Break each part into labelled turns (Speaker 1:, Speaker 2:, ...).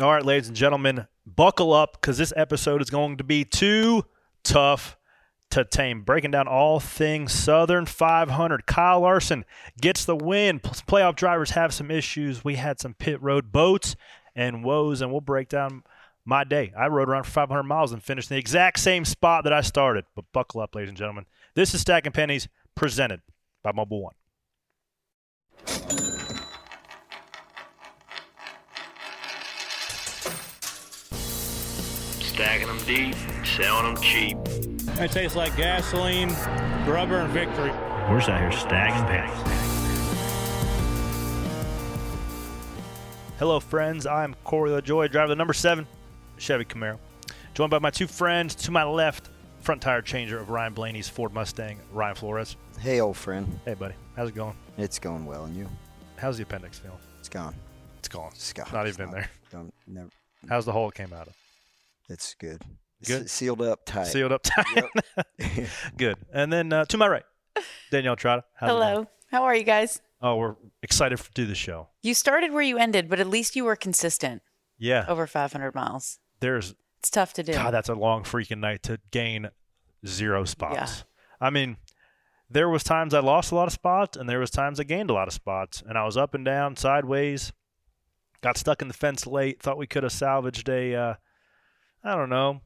Speaker 1: All right, ladies and gentlemen, buckle up because this episode is going to be too tough to tame. Breaking down all things Southern 500. Kyle Larson gets the win. Plus, Playoff drivers have some issues. We had some pit road boats and woes, and we'll break down my day. I rode around for 500 miles and finished in the exact same spot that I started. But buckle up, ladies and gentlemen. This is Stacking Pennies presented by Mobile One.
Speaker 2: Stacking them deep, selling them cheap.
Speaker 3: It tastes like gasoline, rubber, and victory.
Speaker 2: We're just out here stacking pennies.
Speaker 1: Hello, friends. I'm Corey LaJoy, driver of the number seven Chevy Camaro. Joined by my two friends to my left, front tire changer of Ryan Blaney's Ford Mustang, Ryan Flores.
Speaker 4: Hey, old friend.
Speaker 1: Hey, buddy. How's it going?
Speaker 4: It's going well, and you?
Speaker 1: How's the appendix feeling?
Speaker 4: It's gone.
Speaker 1: It's gone.
Speaker 4: It's gone.
Speaker 1: Not
Speaker 4: It's
Speaker 1: even in there.
Speaker 4: Don't, never,
Speaker 1: How's the hole it came out of?
Speaker 4: it's good. It's
Speaker 1: Good?
Speaker 4: sealed up tight.
Speaker 1: Sealed up tight. Good. And then uh, to my right, Danielle Trotta. How's it going?
Speaker 5: Hello. How are you guys?
Speaker 1: Oh, we're excited to do the show.
Speaker 5: You started where you ended, but at least you were consistent
Speaker 1: Yeah.
Speaker 5: over 500 miles.
Speaker 1: There's
Speaker 5: It's tough to do.
Speaker 1: God, that's a long freaking night to gain zero spots. I mean, there was times I lost a lot of spots, and there was times I gained a lot of spots, and I was up and down, sideways. Got stuck in the fence late. Thought we could have salvaged a, uh, I don't know,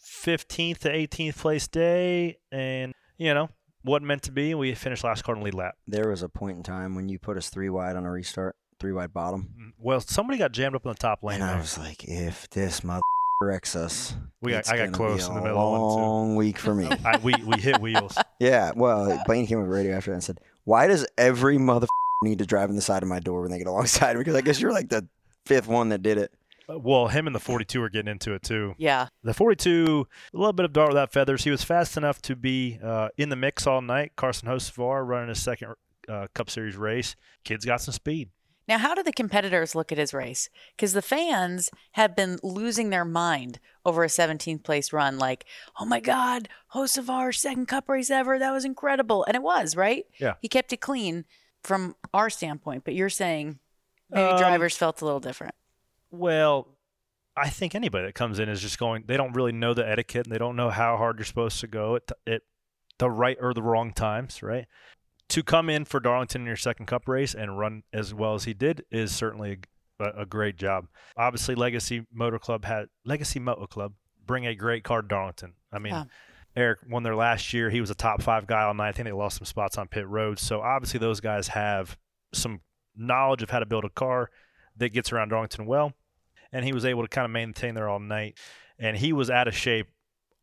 Speaker 1: fifteenth to eighteenth place day, and you know, wasn't meant to be. We finished last card and lead lap.
Speaker 4: There was a point in time when you put us three wide on a restart, three wide bottom,
Speaker 1: Well, somebody got jammed up in the top lane.
Speaker 4: and I
Speaker 1: there.
Speaker 4: was like, if this mother wrecks us,
Speaker 1: We got-
Speaker 4: it's
Speaker 1: I got
Speaker 4: gonna
Speaker 1: close in
Speaker 4: be a
Speaker 1: the middle of one, too.
Speaker 4: Long week for me.
Speaker 1: I, we we hit wheels.
Speaker 4: yeah. Well, Blaine came over the radio after that and said, "Why does every mother need to drive in the side of my door when they get alongside me? Because I guess you're like the fifth one that did it."
Speaker 1: Well, him and the forty-two are getting into it too.
Speaker 5: yeah.
Speaker 1: The 42, a little bit of dart without feathers. He was fast enough to be uh, in the mix all night. Carson Hosevar running his second uh, Cup Series race. Kid's got some speed.
Speaker 5: Now, how do the competitors look at his race? Because the fans have been losing their mind over a 17th place run. Like, oh my God, Hosevar, second cup race ever. That was incredible. And it was, right?
Speaker 1: Yeah.
Speaker 5: He kept it clean from our standpoint, but you're saying maybe
Speaker 1: Um,
Speaker 5: drivers felt a little different.
Speaker 1: Well, I think anybody that comes in is just going. They don't really know the etiquette, and they don't know how hard you're supposed to go at, at the right or the wrong times, right? To come in for Darlington in your second Cup race and run as well as he did is certainly a, a great job. Obviously, Legacy Motor Club had Legacy Motor Club bring a great car to Darlington. I mean.
Speaker 5: Yeah.
Speaker 1: Eric won there last year. He was a top five guy all night. I think they lost some spots on pit road. So obviously those guys have some knowledge of how to build a car that gets around Darlington well. And he was able to kind of maintain there all night. And he was out of shape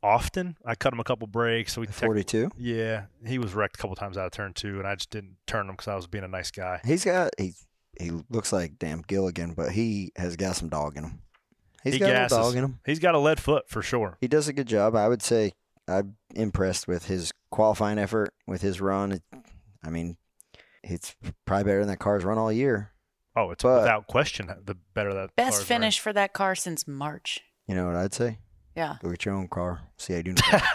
Speaker 1: often. I cut him a couple breaks. So we tech-
Speaker 4: Forty-two.
Speaker 1: yeah, he was wrecked a couple times out of turn two, and I just didn't turn him because I was being a nice guy.
Speaker 4: He's got he he looks like damn Gilligan, but he has got some dog in him. He's
Speaker 1: He
Speaker 4: got a little
Speaker 1: gasses.
Speaker 4: dog in him.
Speaker 1: He's got a lead foot for sure.
Speaker 4: He does a good job. I would say I'm impressed with his qualifying effort, with his run. It- I mean, it's probably better than that car's run all year.
Speaker 1: Oh, it's
Speaker 4: But-
Speaker 1: without question the better that
Speaker 5: Best
Speaker 1: car's
Speaker 5: finish for that car since March.
Speaker 4: You know what I'd say?
Speaker 5: Yeah.
Speaker 4: Go get your own car. See how you do.
Speaker 1: running.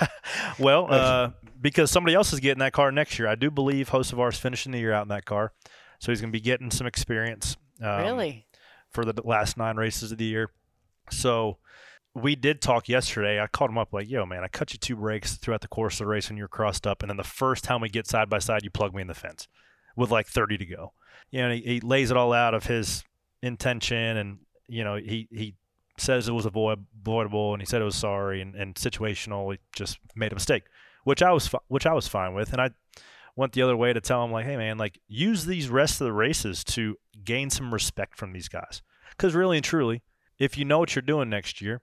Speaker 1: Well, uh, because somebody else is getting that car next year. I do believe Hosevar's finishing the year out in that car, so he's going to be getting some experience. um,
Speaker 5: really?
Speaker 1: for the last nine races of the year. So we did talk yesterday. I called him up like, "Yo, man, I cut you two breaks throughout the course of the race when you're crossed up, and then the first time we get side by side, you plug me in the fence with like 30 to go." You know, and he, he lays it all out of his intention, and you know, he he says it was avoid- avoidable, and he said it was sorry and, and situational. He just made a mistake, which I was fi- which I was fine with, and I went the other way to tell him like, "Hey, man, like use these rest of the races to gain some respect from these guys." Because really and truly, if you know what you're doing next year,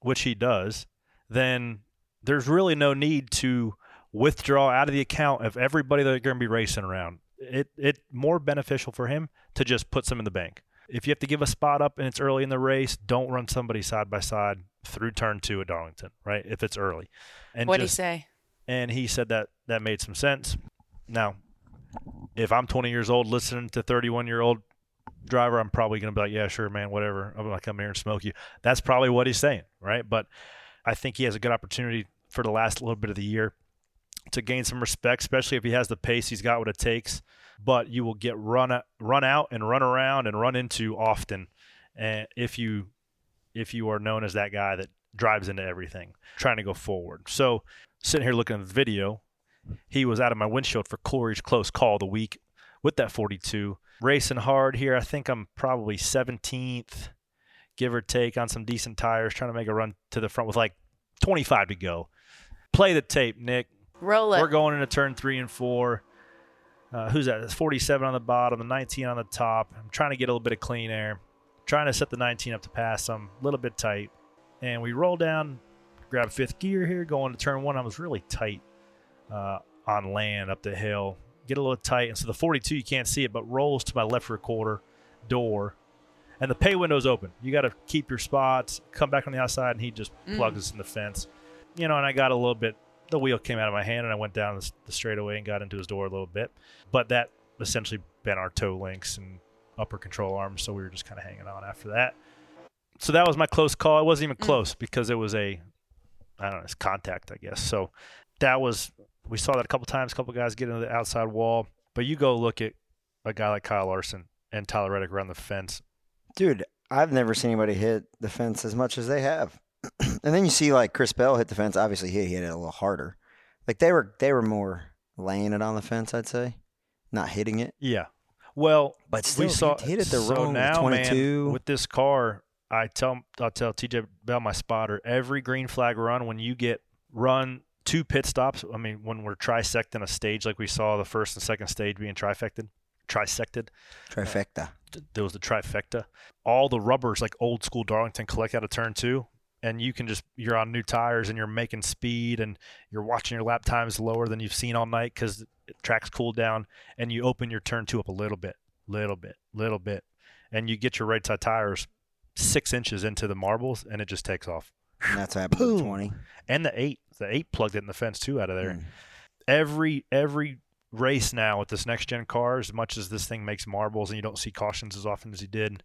Speaker 1: which he does, then there's really no need to withdraw out of the account of everybody that they're going to be racing around. It it more beneficial for him to just put some in the bank. If you have to give a spot up and it's early in the race, don't run somebody side by side through turn two at Darlington, right? If it's early. And
Speaker 5: What'd he
Speaker 1: just-
Speaker 5: say?
Speaker 1: and he said that that made some sense. Now, if I'm 20 years old listening to 31 year old driver, I'm probably going to be like, yeah, sure, man, whatever. I'm going to come here and smoke you. That's probably what he's saying, right? But I think he has a good opportunity for the last little bit of the year to gain some respect, especially if he has the pace, he's got what it takes. But you will get run run out and run around and run into often, and if you if you are known as that guy that drives into everything, trying to go forward. So sitting here looking at the video, he was out of my windshield for Corey's close call of the week with that 42. Racing hard here. I think I'm probably 17th, give or take, on some decent tires, trying to make a run to the front with like 25 to go. Play the tape, Nick.
Speaker 5: Roll it.
Speaker 1: We're going into turn three and four. Uh, who's that? It's 47 on the bottom, the 19 on the top. I'm trying to get a little bit of clean air, trying to set the 19 up to pass them, a little bit tight. And we roll down, grab fifth gear here, going to turn one. I was really tight uh, on land up the hill, get a little tight. And so the 42, you can't see it, but rolls to my left recorder door. And the pay window's open. You got to keep your spots, come back on the outside, and he just plugs us in the fence. You know, and I got a little bit the wheel came out of my hand and I went down the, the straightaway and got into his door a little bit. But that essentially bent our toe links and upper control arms, so we were just kind of hanging on after that. So that was my close call. It wasn't even close because it was a, I don't know, it's contact, I guess. So that was we saw that a couple times. A couple guys get into the outside wall, but you go look at a guy like Kyle Larson and Tyler Reddick around the fence.
Speaker 4: Dude, I've never seen anybody hit the fence as much as they have. and then you see like Chris Bell hit the fence. Obviously, he hit it a little harder. Like they were they were more laying it on the fence, I'd say, not hitting it.
Speaker 1: Yeah. Well,
Speaker 4: But still,
Speaker 1: we saw
Speaker 4: he hit it the
Speaker 1: so
Speaker 4: wrong with
Speaker 1: now, man,
Speaker 4: 22.
Speaker 1: with this car, I tell I tell TJ Bell my spotter every green flag run when you get run two pit stops. I mean, when we're trisecting a stage like we saw the first and second stage being trifected, trisected.
Speaker 4: Trifecta.
Speaker 1: th- There was the trifecta. All the rubbers like old school Darlington collect out of turn two, and you can just you're on new tires and you're making speed and you're watching your lap times lower than you've seen all night because track's cooled down and you open your turn two up a little bit, little bit, little bit, and you get your right side tires six inches into the marbles and it just takes off.
Speaker 4: And that's what happened with
Speaker 1: Boom.
Speaker 4: 20.
Speaker 1: And the eight, the eight plugged it in the fence too out of
Speaker 4: Mm.
Speaker 1: there. Every every race now with this next gen car, as much as this thing makes marbles and you don't see cautions as often as you did,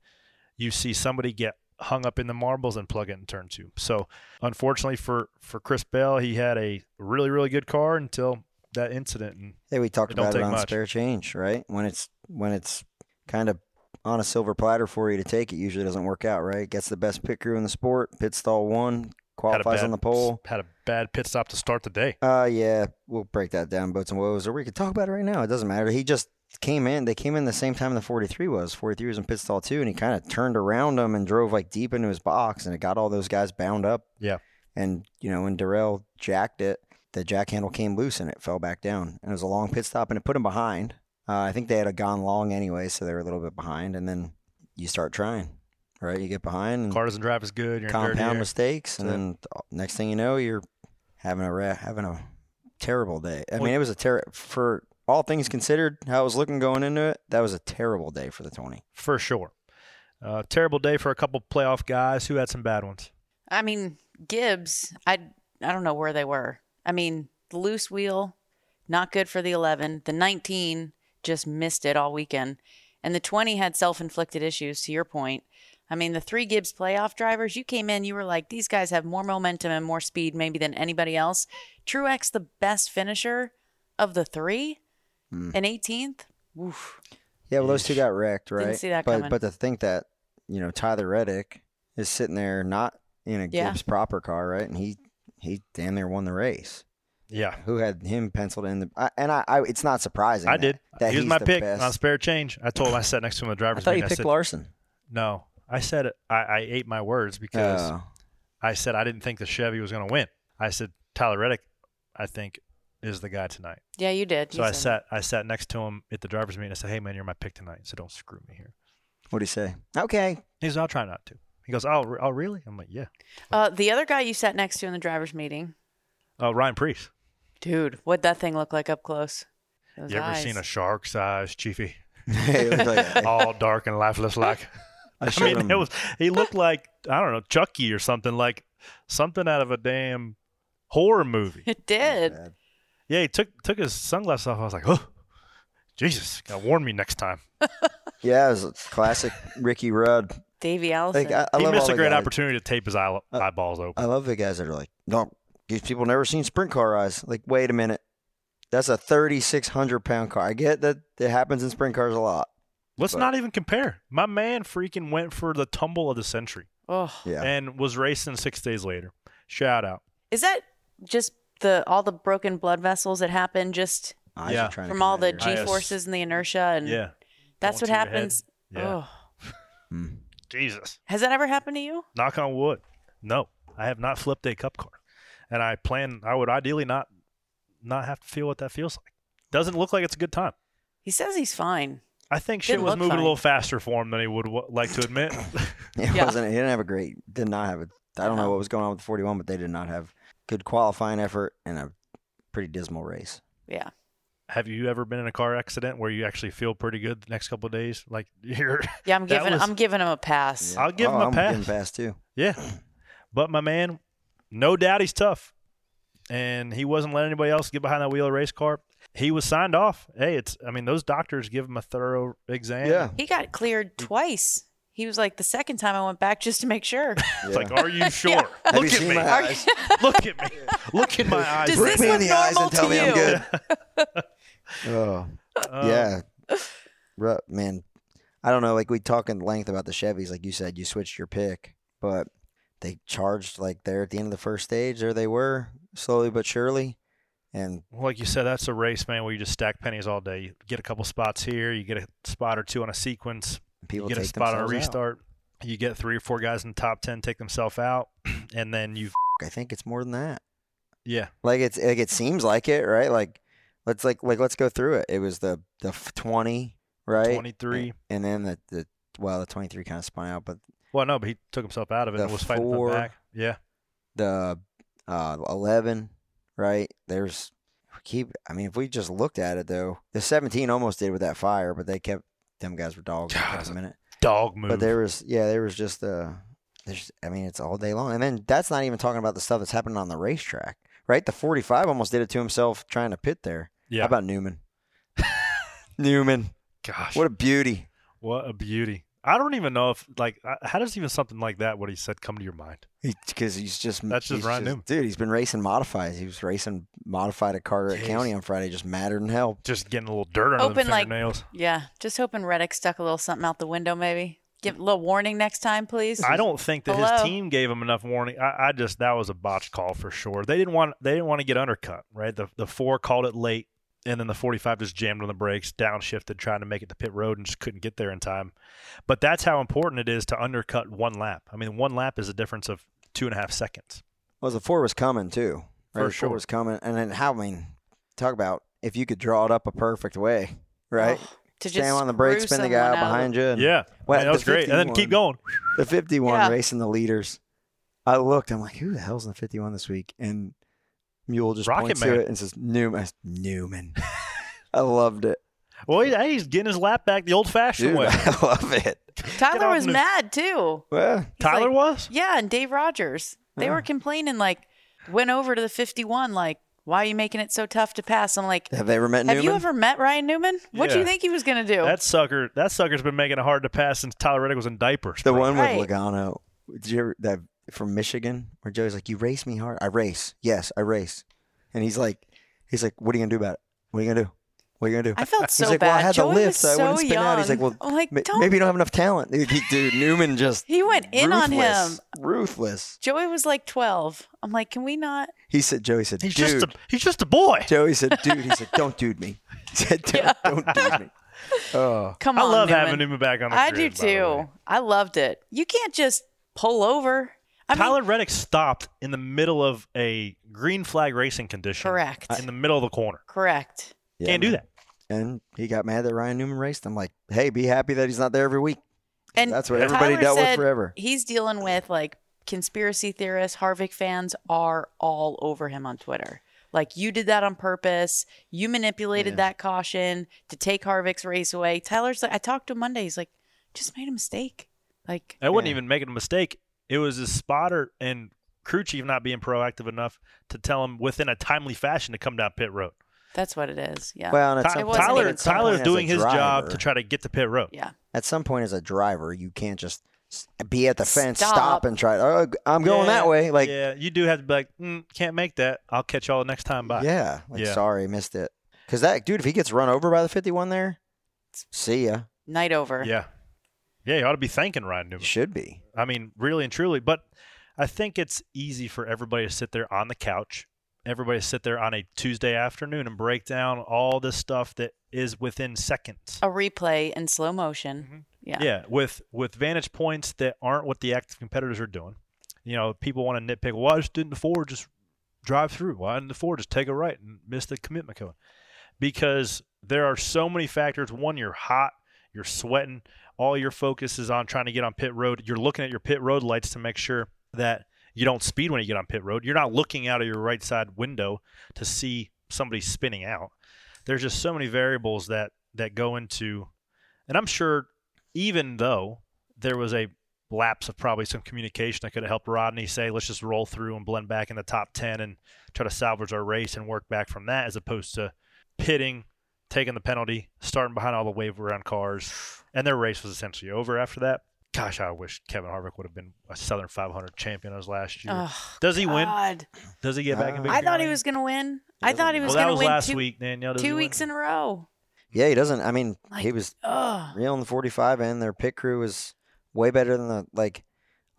Speaker 1: you see somebody get hung up in the marbles and plug it in turn two. So unfortunately for for Chris Bell, he had a really really good car until that incident and
Speaker 4: Hey, we talked
Speaker 1: It don't
Speaker 4: about it
Speaker 1: take
Speaker 4: on
Speaker 1: much.
Speaker 4: spare change, right? When it's when it's kind of on a silver platter for you to take, it usually doesn't work out, right? Gets the best pit crew in the sport, pit stall one,
Speaker 1: had a
Speaker 4: qualifies
Speaker 1: bad,
Speaker 4: on the pole.
Speaker 1: had a bad pit stop to start the day.
Speaker 4: Uh, yeah, we'll break that down, boats and woes, or we could talk about it right now. It doesn't matter. He just came in. They came in the same time the 43 was. 43 was in pit stall two, and he kind of turned around them and drove like deep into his box, and it got all those guys bound up.
Speaker 1: Yeah.
Speaker 4: And you know, when Darrell jacked it, the jack handle came loose and it fell back down, and it was a long pit stop, and it put him behind. Uh, I think they had a gone long anyway, so they were a little bit behind, and then you start trying, right? You get behind, and
Speaker 1: Car doesn't drive as good. You're in dirty
Speaker 4: Mm. compound
Speaker 1: air.
Speaker 4: mistakes, and
Speaker 1: So-
Speaker 4: then th- next thing you know, you're having a ra- having a terrible day. I mean,
Speaker 1: Well-
Speaker 4: it was a ter for all things considered, how I was looking going into it. That was a terrible day for the twenty.
Speaker 1: for sure. Uh, terrible day for a couple playoff guys who had some bad ones.
Speaker 5: I mean, Gibbs, I I don't know where they were. I mean, the loose wheel, not good for the 11. The 19 just missed it all weekend. And the 20 had self-inflicted issues to your point. I mean, the three Gibbs playoff drivers, you came in, you were like, these guys have more momentum and more speed maybe than anybody else. Truex, the best finisher of the three, and 18th. Woof.
Speaker 4: Yeah, well, those two got wrecked, right?
Speaker 5: see that
Speaker 4: but
Speaker 5: coming.
Speaker 4: but to think that you know Tyler Reddick is sitting there not in a
Speaker 5: Yeah.
Speaker 4: Gibbs proper car, right? And he he damn near won the race.
Speaker 1: Yeah,
Speaker 4: Who had him penciled in the? I, and I, I, it's not surprising.
Speaker 1: I
Speaker 4: that-
Speaker 1: did.
Speaker 4: That
Speaker 1: Here's
Speaker 4: he's
Speaker 1: my
Speaker 4: the
Speaker 1: pick
Speaker 4: best.
Speaker 1: on spare change. I told him I sat next to him in the
Speaker 4: I
Speaker 1: driver's
Speaker 4: thought
Speaker 1: seat.
Speaker 4: you
Speaker 1: I
Speaker 4: picked
Speaker 1: said,
Speaker 4: Larson.
Speaker 1: No, I said it. I, I ate my words because
Speaker 4: Oh.
Speaker 1: I said I didn't think the Chevy was going to win. I said Tyler Reddick, I think, is the guy tonight.
Speaker 5: Yeah, you did. You
Speaker 1: So I
Speaker 5: said it.
Speaker 1: sat I sat next to him at the driver's meeting. I said, Hey man, you're my pick tonight, so don't screw me here.
Speaker 4: What do you say? Okay,
Speaker 1: He goes, I'll try not to. He goes, Oh, re- oh really? I'm like, Yeah.
Speaker 5: Uh, the other guy you sat next to in the driver's meeting,
Speaker 1: Oh, Ryan Priest.
Speaker 5: dude, what'd that thing look like up close? Those
Speaker 1: you ever
Speaker 5: eyes.
Speaker 1: seen a shark's eyes, Chiefy?
Speaker 4: It looked like-
Speaker 1: All dark and lifeless like.
Speaker 4: I
Speaker 1: I
Speaker 4: showed
Speaker 1: mean,
Speaker 4: him.
Speaker 1: it was he looked like I don't know Chucky or something like something out of a damn horror movie.
Speaker 5: It did.
Speaker 4: bad.
Speaker 1: Yeah, he took took his sunglasses off. I was like, oh, Jesus, gotta warn me next time.
Speaker 4: Yeah, it was a classic Ricky Rudd.
Speaker 5: Davy Allison.
Speaker 4: Like I, I
Speaker 1: he
Speaker 4: love
Speaker 1: missed
Speaker 4: all
Speaker 1: a
Speaker 4: the
Speaker 1: great
Speaker 4: guys. Uh,
Speaker 1: opportunity to tape his eye, eyeballs open.
Speaker 4: I love the guys that are like, no, these people never seen sprint car eyes. Like, wait a minute, that's a thirty-six hundred pound car. I get that it happens in sprint cars a lot.
Speaker 1: Let's
Speaker 4: but-
Speaker 1: not even compare. My man freaking went for the tumble of the century
Speaker 5: oh,
Speaker 4: Yeah,
Speaker 1: and was racing six days later. Shout out.
Speaker 5: is that just the all the broken blood vessels that happen just
Speaker 4: Eyes are
Speaker 1: Yeah.
Speaker 4: trying to
Speaker 5: from
Speaker 4: come
Speaker 5: all
Speaker 4: out
Speaker 5: the
Speaker 4: of your-
Speaker 1: I-
Speaker 5: g forces and the inertia and
Speaker 1: Yeah,
Speaker 5: that's what
Speaker 1: Going to your
Speaker 5: happens.
Speaker 1: head. Yeah.
Speaker 5: Oh,
Speaker 4: Mm.
Speaker 1: Jesus.
Speaker 5: has that ever happened to you?
Speaker 1: Knock on wood. No, I have not flipped a cup car, and I plan. I would ideally not not have to feel what that feels like. Doesn't look like it's a good time.
Speaker 5: He says he's fine.
Speaker 1: I think shit
Speaker 5: Didn't
Speaker 1: was
Speaker 5: look
Speaker 1: moving
Speaker 5: fine.
Speaker 1: a little faster for him than he would w- like to admit.
Speaker 4: It
Speaker 5: Yeah.
Speaker 4: wasn't. He didn't have a great. Did not have a. I don't know what was going on with the forty-one, but they did not have good qualifying effort and a pretty dismal race.
Speaker 5: Yeah.
Speaker 1: have you ever been in a car accident where you actually feel pretty good the next couple of days? Like you're,
Speaker 5: Yeah, I'm
Speaker 1: That
Speaker 5: giving
Speaker 1: was-
Speaker 5: I'm giving him a pass.
Speaker 1: I'll give
Speaker 4: Oh,
Speaker 1: him a
Speaker 4: I'm
Speaker 1: pass.
Speaker 4: Giving pass too.
Speaker 1: Yeah, but my man, no doubt he's tough, and he wasn't letting anybody else get behind that wheel of a race car. He was signed off. Hey, it's. I mean, those doctors give him a thorough exam.
Speaker 4: Yeah.
Speaker 5: He got cleared twice. He was like the second time I went back just to make sure.
Speaker 1: It's like, are you sure?
Speaker 4: Have
Speaker 1: Look
Speaker 4: you
Speaker 1: at
Speaker 4: seen
Speaker 1: me.
Speaker 4: my eyes?
Speaker 1: Look at me. Look in my eyes.
Speaker 5: Does
Speaker 1: right
Speaker 4: Look
Speaker 5: this
Speaker 1: now.
Speaker 4: me in
Speaker 5: look
Speaker 4: the eyes
Speaker 5: normal
Speaker 4: and tell
Speaker 5: to
Speaker 4: me
Speaker 5: you?
Speaker 4: I'm good. oh.
Speaker 1: Um,
Speaker 4: yeah. Ru- Man, I don't know. Like we talk in length about the Chevys, like you said, you switched your pick, but they charged like there at the end of the first stage. There they were, slowly but surely, and
Speaker 1: Like you said, that's a race, man, where you just stack pennies all day. You get a couple spots here, you get a spot or two on a sequence,
Speaker 4: people
Speaker 1: you get a
Speaker 4: take
Speaker 1: spot on a
Speaker 4: themselves out.
Speaker 1: restart, you get three or four guys in the top 10 take themselves out, and then you,
Speaker 4: I think it's more than that.
Speaker 1: yeah,
Speaker 4: Like it's like it seems like it, right? Like let's like like let's go through it. It was the the f- twenty, right?
Speaker 1: 23.
Speaker 4: and, and then the the well, the twenty three kind of spun out, but
Speaker 1: Well, no, but he took himself out of it
Speaker 4: The
Speaker 1: and was fighting for
Speaker 4: four-
Speaker 1: the back. Yeah.
Speaker 4: the uh, 11, right? There's we keep. I mean, if we just looked at it though, the 17 almost did with that fire, but they kept them guys were dogs.
Speaker 1: God,
Speaker 4: kept
Speaker 1: that's
Speaker 4: them in it.
Speaker 1: Dog move.
Speaker 4: But there was yeah, there was just uh, there's. I mean, it's all day long, and then that's not even talking about the stuff that's happening on the racetrack, right? The 45 almost did it to himself trying to pit there.
Speaker 1: yeah.
Speaker 4: How about Newman? Newman,
Speaker 1: Gosh.
Speaker 4: what a beauty!
Speaker 1: What a beauty. I don't even know if, like, I- how does even something like that, what he said, come to your mind?
Speaker 4: Because he's just
Speaker 1: That's just
Speaker 4: he's
Speaker 1: Ryan Newman.
Speaker 4: dude. He's been racing modifieds. He was racing modified at Carteret
Speaker 1: Jeez.
Speaker 4: County on Friday. Just mattered in hell.
Speaker 1: Just getting a little dirt under
Speaker 5: Open,
Speaker 1: the
Speaker 5: like-
Speaker 1: fingernails.
Speaker 5: Yeah. Just hoping Reddick stuck a little something out the window maybe. Give a little warning next time, please.
Speaker 1: I don't think that his
Speaker 5: Hello?
Speaker 1: team gave him enough warning. I, I just that was a botch call for sure. They didn't want they didn't want to get undercut, right? The the four called it late, and then the forty five just jammed on the brakes, downshifted, trying to make it to pit road, and just couldn't get there in time. But that's how important it is to undercut one lap. I mean, one lap is a difference of two and a half seconds.
Speaker 4: Well, the four was coming too.
Speaker 1: For
Speaker 4: the
Speaker 1: sure.
Speaker 4: four was coming, and then how? I mean, talk about if you could draw it up a perfect way, right?
Speaker 5: Oh, to just
Speaker 4: Stand on the brake,
Speaker 5: screw
Speaker 4: spin the
Speaker 5: someone
Speaker 4: guy out
Speaker 5: of-
Speaker 4: behind you. And
Speaker 1: yeah, I
Speaker 4: Well,
Speaker 1: mean,
Speaker 4: the
Speaker 1: that was great, and then keep
Speaker 4: 51
Speaker 1: going.
Speaker 4: The fifty-one
Speaker 5: Yeah.
Speaker 4: racing the leaders. I looked. I'm like, who the hell's in the fifty-one this week? And Mule just
Speaker 1: Rocket
Speaker 4: points
Speaker 1: Man.
Speaker 4: to it and says, "Newman." I said, Newman. I loved it,
Speaker 1: Well, he- hey, he's getting his lap back the old fashioned
Speaker 4: dude.
Speaker 1: way.
Speaker 4: I love it.
Speaker 1: Get
Speaker 5: Tyler
Speaker 1: off
Speaker 5: was
Speaker 1: the-
Speaker 5: mad too.
Speaker 4: Well,
Speaker 5: He's
Speaker 1: Tyler
Speaker 5: like-
Speaker 1: was.
Speaker 5: Yeah, and Dave Rogers. They
Speaker 4: Yeah.
Speaker 5: were complaining like went over to the 51 like why are you making it so tough to pass? I'm like
Speaker 4: have they ever met
Speaker 5: have
Speaker 4: Newman?
Speaker 5: you ever met Ryan Newman? What do you
Speaker 1: Yeah.
Speaker 5: think he was going to do?
Speaker 1: That sucker, that sucker's been making it hard to pass since Tyler Reddick was in diapers.
Speaker 4: The
Speaker 1: bro.
Speaker 4: one
Speaker 5: Right.
Speaker 4: with Logano. Did you ever that from Michigan where Joey's like, "You race me hard. I race. Yes, I race." And he's like, he's like, "What are you gonna do about it? What are you gonna do? What are you gonna do?"
Speaker 5: I felt so
Speaker 4: he's like,
Speaker 5: bad.
Speaker 4: "Well, I had
Speaker 5: Joey
Speaker 4: the lift,
Speaker 5: was
Speaker 4: so I
Speaker 5: so
Speaker 4: wouldn't spin
Speaker 5: young.
Speaker 4: out." He's like, "Well,
Speaker 5: I'm like,
Speaker 4: ma-
Speaker 5: don't.
Speaker 4: maybe you don't have enough talent." Dude, he- dude, Newman just
Speaker 5: He went in on
Speaker 4: ruthless,
Speaker 5: him.
Speaker 4: ruthless.
Speaker 5: Joey was like 12. I'm like, can we not?
Speaker 4: He said, Joey said,
Speaker 1: he's
Speaker 4: "Dude."
Speaker 1: just a, he's just a boy.
Speaker 4: Joey said, "Dude," he said, "Don't dude me." He said, "Don't, don't dude me." Oh,
Speaker 5: Come
Speaker 1: I
Speaker 5: on.
Speaker 1: love
Speaker 5: Newman.
Speaker 1: having him back on the
Speaker 5: I do
Speaker 1: grid, by the way.
Speaker 5: too. I loved it. You can't just pull over. I mean,
Speaker 1: Tyler Reddick stopped in the middle of a green flag racing condition.
Speaker 5: Correct.
Speaker 1: In the middle of the corner.
Speaker 5: correct.
Speaker 4: Yeah,
Speaker 1: Can't do
Speaker 4: man.
Speaker 1: that.
Speaker 4: And he got mad that Ryan Newman raced. I'm like, "Hey, be happy that he's not there every week."
Speaker 5: And
Speaker 4: That's what everybody
Speaker 5: Tyler
Speaker 4: dealt with
Speaker 5: said
Speaker 4: forever.
Speaker 5: He's dealing with like conspiracy theorists, Harvick fans are all over him on Twitter. Like you did that on purpose. You manipulated
Speaker 4: Yeah.
Speaker 5: that caution to take Harvick's race away. Tyler's like, I talked to him Monday. He's like, just made a mistake. Like,
Speaker 1: I wasn't
Speaker 4: Yeah.
Speaker 1: even making a mistake. It was his spotter and crew chief not being proactive enough to tell him within a timely fashion to come down pit road.
Speaker 5: that's what it is. Yeah.
Speaker 4: Well, and
Speaker 1: Ty-
Speaker 4: at some
Speaker 5: It wasn't
Speaker 1: Tyler
Speaker 5: even some
Speaker 1: Tyler's
Speaker 4: point as a
Speaker 1: doing his job
Speaker 4: driver-
Speaker 1: to try to get to pit road.
Speaker 5: yeah.
Speaker 4: at some point as a driver, you can't just s- be at the fence, stop,
Speaker 5: Stop.
Speaker 4: and try. Oh, I'm going
Speaker 1: Yeah,
Speaker 4: that way. Like, yeah,
Speaker 1: yeah, you do have to be like, mm, can't make that. I'll catch y'all next time. Bye.
Speaker 4: like
Speaker 1: Yeah.
Speaker 4: sorry, missed it. Because that dude, if he gets run over by the 51 there, see ya.
Speaker 5: Night over.
Speaker 1: yeah, yeah. You ought to be thanking Ryan Newman.
Speaker 4: You should be.
Speaker 1: I mean, really and truly. But I think it's easy for everybody to sit there on the couch, everybody to sit there on a Tuesday afternoon and break down all this stuff that is within seconds.
Speaker 5: A replay in slow motion. Yeah.
Speaker 1: Mm-hmm. yeah with with vantage points that aren't what the active competitors are doing you know people want to nitpick why just didn't the four just drive through why didn't the four just take a right and miss the commitment cone because there are so many factors one you're hot you're sweating all your focus is on trying to get on pit road you're looking at your pit road lights to make sure that you don't speed when you get on pit road you're not looking out of your right side window to see somebody spinning out there's just so many variables that that go into and i'm sure even though there was a lapse of probably some communication that could have helped Rodney say, let's just roll through and blend back in the top 10 and try to salvage our race and work back from that as opposed to pitting, taking the penalty, starting behind all the wave around cars. And their race was essentially over after that. Gosh, I wish Kevin Harvick would have been a Southern 500 champion as last year.
Speaker 5: Oh,
Speaker 1: Does he win?
Speaker 5: God.
Speaker 1: Does he get back in
Speaker 4: Uh,
Speaker 1: Big
Speaker 5: I thought he
Speaker 1: County?
Speaker 5: was going to win. I thought he
Speaker 1: Well,
Speaker 5: was
Speaker 1: that
Speaker 5: going to
Speaker 1: was
Speaker 5: win
Speaker 1: last
Speaker 5: two,
Speaker 1: week, Danielle. Does he
Speaker 5: two
Speaker 1: win?
Speaker 5: weeks in a row.
Speaker 4: Yeah, he doesn't. I mean,
Speaker 5: Like-
Speaker 4: he was
Speaker 5: Oh,
Speaker 4: real in the 45, and their pit crew was way better than the like.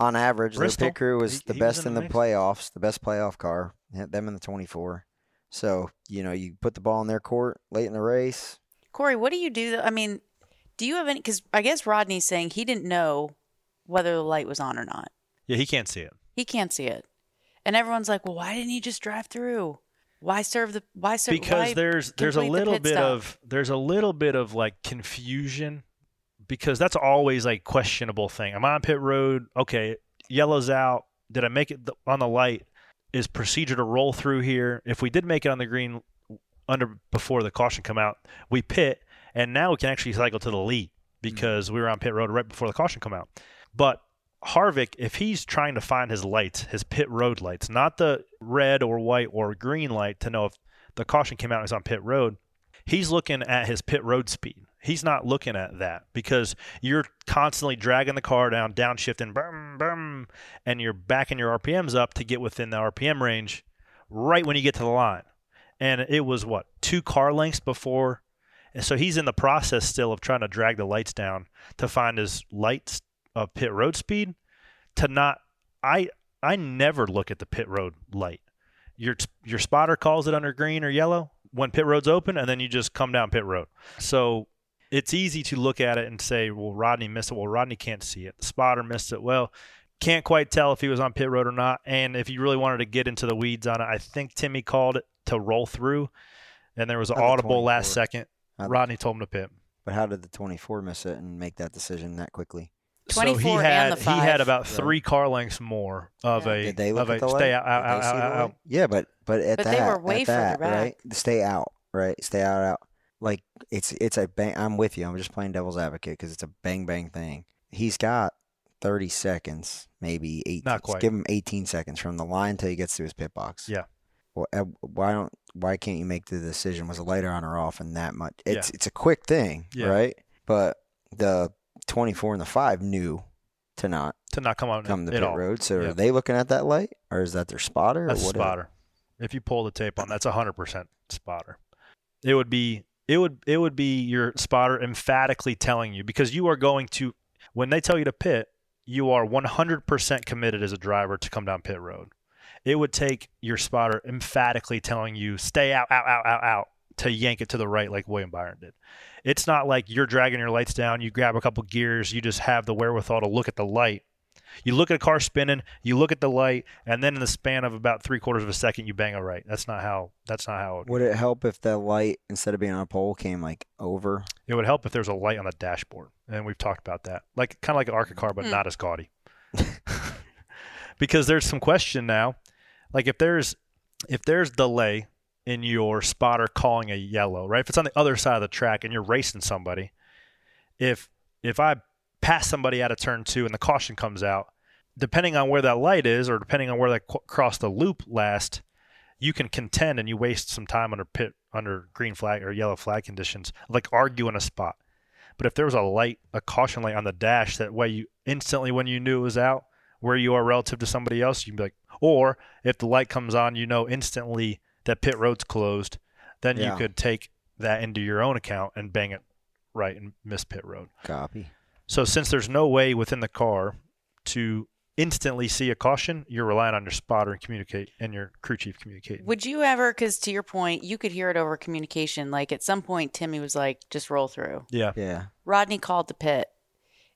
Speaker 4: On average,
Speaker 1: Bristol,
Speaker 4: their pit crew was
Speaker 1: he-
Speaker 4: the
Speaker 1: he was
Speaker 4: best
Speaker 1: in
Speaker 4: in
Speaker 1: the
Speaker 4: the
Speaker 1: mix.
Speaker 4: playoffs, the best playoff car. Had them in the 24. So you know, you put the ball in their court late in the race.
Speaker 5: Corey, what do you do? Though? I mean, do you have any? Because I guess Rodney's saying he didn't know whether the light was on or not.
Speaker 1: Yeah, he can't see it.
Speaker 5: He can't see it, and everyone's like, "Well, why didn't he just drive through? Why serve the? Why serve?
Speaker 1: because
Speaker 5: why
Speaker 1: there's there's a
Speaker 5: complete the
Speaker 1: little
Speaker 5: pit
Speaker 1: bit
Speaker 5: stop?
Speaker 1: of there's a little bit of like confusion because that's always like questionable thing. I'm on pit road. Okay, yellow's out. Did I make it th- on the light? Is procedure to roll through here? If we did make it on the green under before the caution come out, we pit and now we can actually cycle to the lead because we were on pit road right before the caution come out. But Harvick, if he's trying to find his lights, his pit road lights, not the red or white or green light to know if the caution came out and he's on pit road, he's looking at his pit road speed. He's not looking at that because you're constantly dragging the car down, downshifting, boom, boom, and you're backing your RPMs up to get within the RPM range right when you get to the line. And it was what, two car lengths before? And so he's in the process still of trying to drag the lights down to find his lights of pit road speed to not I I never look at the pit road light. Your your spotter calls it under green or yellow when pit road's open and then you just come down pit road. So it's easy to look at it and say, well, Rodney missed it. Well, Rodney can't see it. The spotter missed it. Well, can't quite tell if he was on pit road or not. And if you really wanted to get into the weeds on it, I think Timmy called it to roll through, and there was an
Speaker 4: Not the
Speaker 1: audible last
Speaker 4: 24.
Speaker 1: second.
Speaker 4: Not the-
Speaker 1: Rodney told him to pit.
Speaker 4: But how did the 24 miss it and make that decision that quickly?
Speaker 1: So he
Speaker 5: 24 and
Speaker 1: had
Speaker 5: the
Speaker 1: he
Speaker 5: five.
Speaker 1: had about
Speaker 4: Right.
Speaker 1: three car lengths more of
Speaker 5: Yeah.
Speaker 1: a
Speaker 4: Did they look
Speaker 1: of
Speaker 4: at
Speaker 1: a
Speaker 4: the light?
Speaker 1: stay out, out,
Speaker 4: Did they
Speaker 1: out,
Speaker 4: see the
Speaker 1: out,
Speaker 4: light?
Speaker 1: out.
Speaker 4: Yeah, but but at
Speaker 5: But
Speaker 4: that,
Speaker 5: they were way
Speaker 4: at
Speaker 5: further
Speaker 4: that,
Speaker 5: back.
Speaker 4: right? Stay out, right? Stay out, out. Like it's it's a bang. I'm with you. I'm just playing devil's advocate because it's a bang bang thing. He's got 30 seconds, maybe 18.
Speaker 1: Not quite.
Speaker 4: Give him 18 seconds from the line till he gets to his pit box.
Speaker 1: Yeah.
Speaker 4: Well, uh, why don't why can't you make the decision was the light on or off and that much?
Speaker 1: Yeah.
Speaker 4: It's it's a quick thing,
Speaker 1: Yeah.
Speaker 4: right? But the 24 and the five knew to not
Speaker 1: to not come out
Speaker 4: come to
Speaker 1: at
Speaker 4: pit
Speaker 1: all.
Speaker 4: road. So
Speaker 1: Yeah.
Speaker 4: are they looking at that light, or is that their spotter?
Speaker 1: That's
Speaker 4: or what?
Speaker 1: spotter. If you pull the tape on, that's hundred percent spotter. It would be it would it would be your spotter emphatically telling you because you are going to when they tell you to pit, you are one hundred percent committed as a driver to come down pit road. It would take your spotter emphatically telling you stay out, out, out, out, out to yank it to the right like William Byron did. It's not like you're dragging your lights down, you grab a couple gears, you just have the wherewithal to look at the light you look at a car spinning, you look at the light, and then in the span of about three quarters of a second, you bang a right. That's not how. That's not how. It,
Speaker 4: Would it help if that light instead of being on a pole came like over?
Speaker 1: it would help if there's a light on the dashboard, and we've talked about that. Like kind of like an ARCA car, but
Speaker 5: Hmm.
Speaker 1: not as gaudy. because there's some question now, like if there's if there's delay in your spotter calling a yellow, right? If it's on the other side of the track and you're racing somebody, if if I pass somebody out of turn two and the caution comes out, depending on where that light is or depending on where that qu- crossed the loop last, you can contend and you waste some time under pit under green flag or yellow flag conditions, like arguing a spot. But if there was a light, a caution light on the dash, that way you instantly when you knew it was out where you are relative to somebody else, you can be like, or if the light comes on, you know instantly that pit road's closed, then
Speaker 4: Yeah.
Speaker 1: you could take that into your own account and bang it right and miss pit road.
Speaker 4: Copy.
Speaker 1: So since there's no way within the car to instantly see a caution, you're relying on your spotter and communicate and your crew chief communicating.
Speaker 5: Would you ever, because to your point, you could hear it over communication. Like at some point, Timmy was like, just roll through.
Speaker 1: yeah.
Speaker 4: Yeah.
Speaker 5: Rodney called the pit.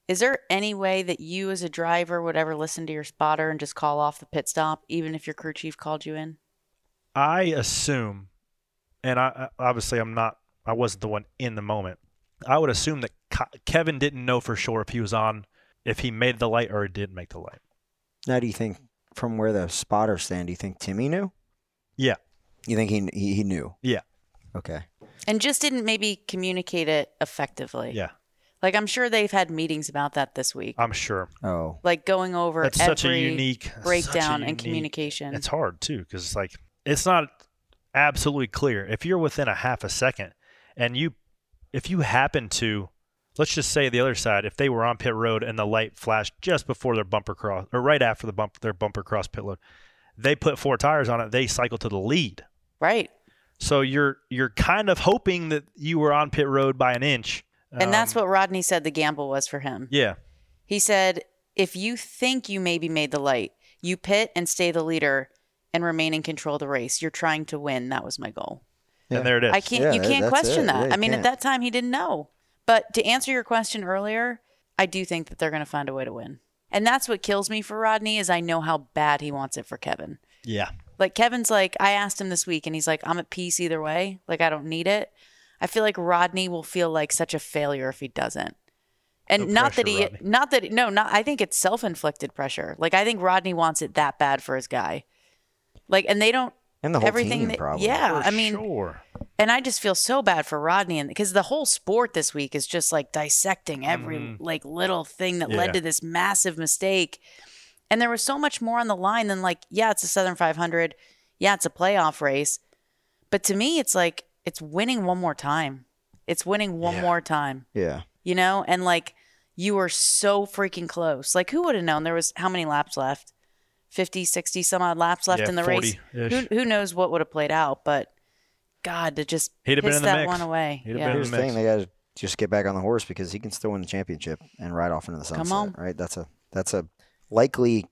Speaker 5: Is there any way that you as a driver would ever listen to your spotter and just call off the pit stop, even if your crew chief called you in?
Speaker 1: I assume, and I I- obviously I'm not, I wasn't the one in the moment. I would assume that Ke- Kevin didn't know for sure if he was on, if he made the light or he didn't make the light.
Speaker 4: Now, do you think from where the spotters stand, do you think Timmy knew?
Speaker 1: Yeah.
Speaker 4: You think he he, he knew?
Speaker 1: Yeah.
Speaker 4: Okay.
Speaker 5: And just didn't maybe communicate it effectively.
Speaker 1: Yeah.
Speaker 5: Like I'm sure they've had meetings about that this week.
Speaker 1: I'm sure.
Speaker 4: Oh,
Speaker 5: like going over
Speaker 1: That's
Speaker 5: every
Speaker 1: such a unique such a
Speaker 5: breakdown and
Speaker 1: unique-
Speaker 5: communication.
Speaker 1: It's hard too because it's like it's not absolutely clear. If you're within a half a second, and you, if you happen to, let's just say the other side, if they were on pit road and the light flashed just before their bumper cross or right after the bump their bumper cross pit load, they put four tires on it. They cycle to the lead.
Speaker 5: right.
Speaker 1: So you're you're kind of hoping that you were on pit road by an inch.
Speaker 5: And that's
Speaker 1: Um,
Speaker 5: what Rodney said the gamble was for him.
Speaker 1: Yeah.
Speaker 5: He said, if you think you maybe made the light, you pit and stay the leader and remain in control of the race. You're trying to win. That was my goal.
Speaker 4: Yeah.
Speaker 1: And there it is.
Speaker 5: I can't
Speaker 4: Yeah,
Speaker 5: you
Speaker 4: that-
Speaker 5: can't
Speaker 4: that's
Speaker 5: question
Speaker 4: it.
Speaker 5: that.
Speaker 4: Yeah, you
Speaker 5: I mean,
Speaker 4: can't.
Speaker 5: at that time he didn't know. But to answer your question earlier, I do think that they're going to find a way to win. And that's what kills me for Rodney is I know how bad he wants it for Kevin.
Speaker 1: yeah.
Speaker 5: Like Kevin's like, I asked him this week and he's like, I'm at peace either way. Like I don't need it. I feel like Rodney will feel like such a failure if he doesn't. And
Speaker 1: No
Speaker 5: not that
Speaker 1: pressure,
Speaker 5: he
Speaker 1: Rodney.
Speaker 5: not that no, not I think it's self-inflicted pressure. Like I think Rodney wants it that bad for his guy. Like and they don't
Speaker 4: and the whole
Speaker 5: everything
Speaker 4: team
Speaker 5: that-
Speaker 4: probably.
Speaker 5: Yeah,
Speaker 1: For
Speaker 5: I mean
Speaker 1: sure.
Speaker 5: and I just feel so bad for Rodney and because the whole sport this week is just like dissecting every like little thing that
Speaker 1: Mm-hmm. Yeah.
Speaker 5: led to this massive mistake. And there was so much more on the line than like, yeah, it's a Southern 500, yeah, it's a playoff race. But to me, it's like it's winning one more time. It's winning one
Speaker 1: Yeah.
Speaker 5: more time,
Speaker 4: Yeah.
Speaker 5: you know? And like you were so freaking close. Like who would have known there was how many laps left? 50, 60 some odd laps left
Speaker 1: Yeah,
Speaker 5: in the race.
Speaker 1: 40-ish.
Speaker 5: Who who knows what would have played out, but God, to just
Speaker 1: He'd have been
Speaker 5: piss
Speaker 1: in the
Speaker 5: that
Speaker 1: mix.
Speaker 5: one away.
Speaker 1: He'd have
Speaker 5: yeah.
Speaker 1: been in
Speaker 4: Here's the thing:
Speaker 1: mix.
Speaker 4: they got to just get back on the horse because he can still win the championship and ride off into the sunset.
Speaker 5: on.
Speaker 4: Right? That's a that's a likely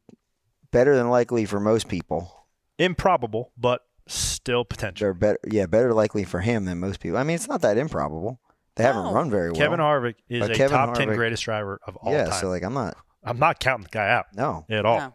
Speaker 4: better than likely for most people.
Speaker 1: Improbable, but still potential.
Speaker 4: They're better. Yeah, better likely for him than most people. I mean, it's not that improbable. They haven't
Speaker 5: No.
Speaker 4: run very well.
Speaker 1: Kevin Harvick is
Speaker 4: But
Speaker 1: a
Speaker 4: Kevin
Speaker 1: top ten
Speaker 4: Harvick-
Speaker 1: greatest driver of all
Speaker 4: Yeah.
Speaker 1: time.
Speaker 4: So like, I'm not.
Speaker 1: I'm not counting the guy out
Speaker 4: No.
Speaker 1: at all.
Speaker 5: No.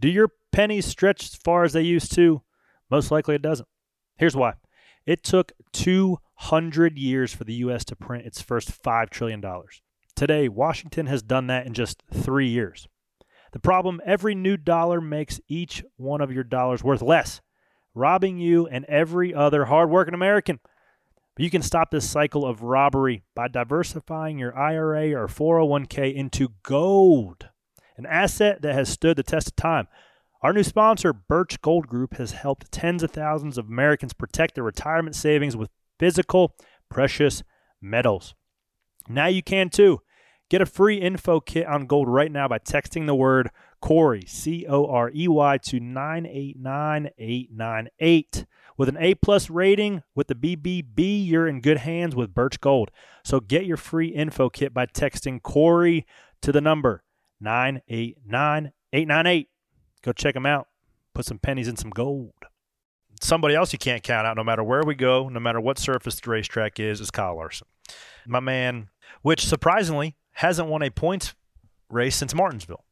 Speaker 1: Do your pennies stretch as far as they used to? Most likely it doesn't. Here's why it took 200 years for the U.S. to print its first $5 trillion. Today, Washington has done that in just three years. The problem every new dollar makes each one of your dollars worth less, robbing you and every other hardworking American. But you can stop this cycle of robbery by diversifying your IRA or 401k into gold an asset that has stood the test of time. Our new sponsor, Birch Gold Group, has helped tens of thousands of Americans protect their retirement savings with physical precious metals. Now you can too. Get a free info kit on gold right now by texting the word Corey, C O R E Y, to 989898. With an A plus rating with the BBB, you're in good hands with Birch Gold. So get your free info kit by texting Corey to the number 989 898. Go check them out. Put some pennies in some gold. Somebody else you can't count out, no matter where we go, no matter what surface the racetrack is, is Kyle Larson. My man, which surprisingly hasn't won a points race since Martinsville.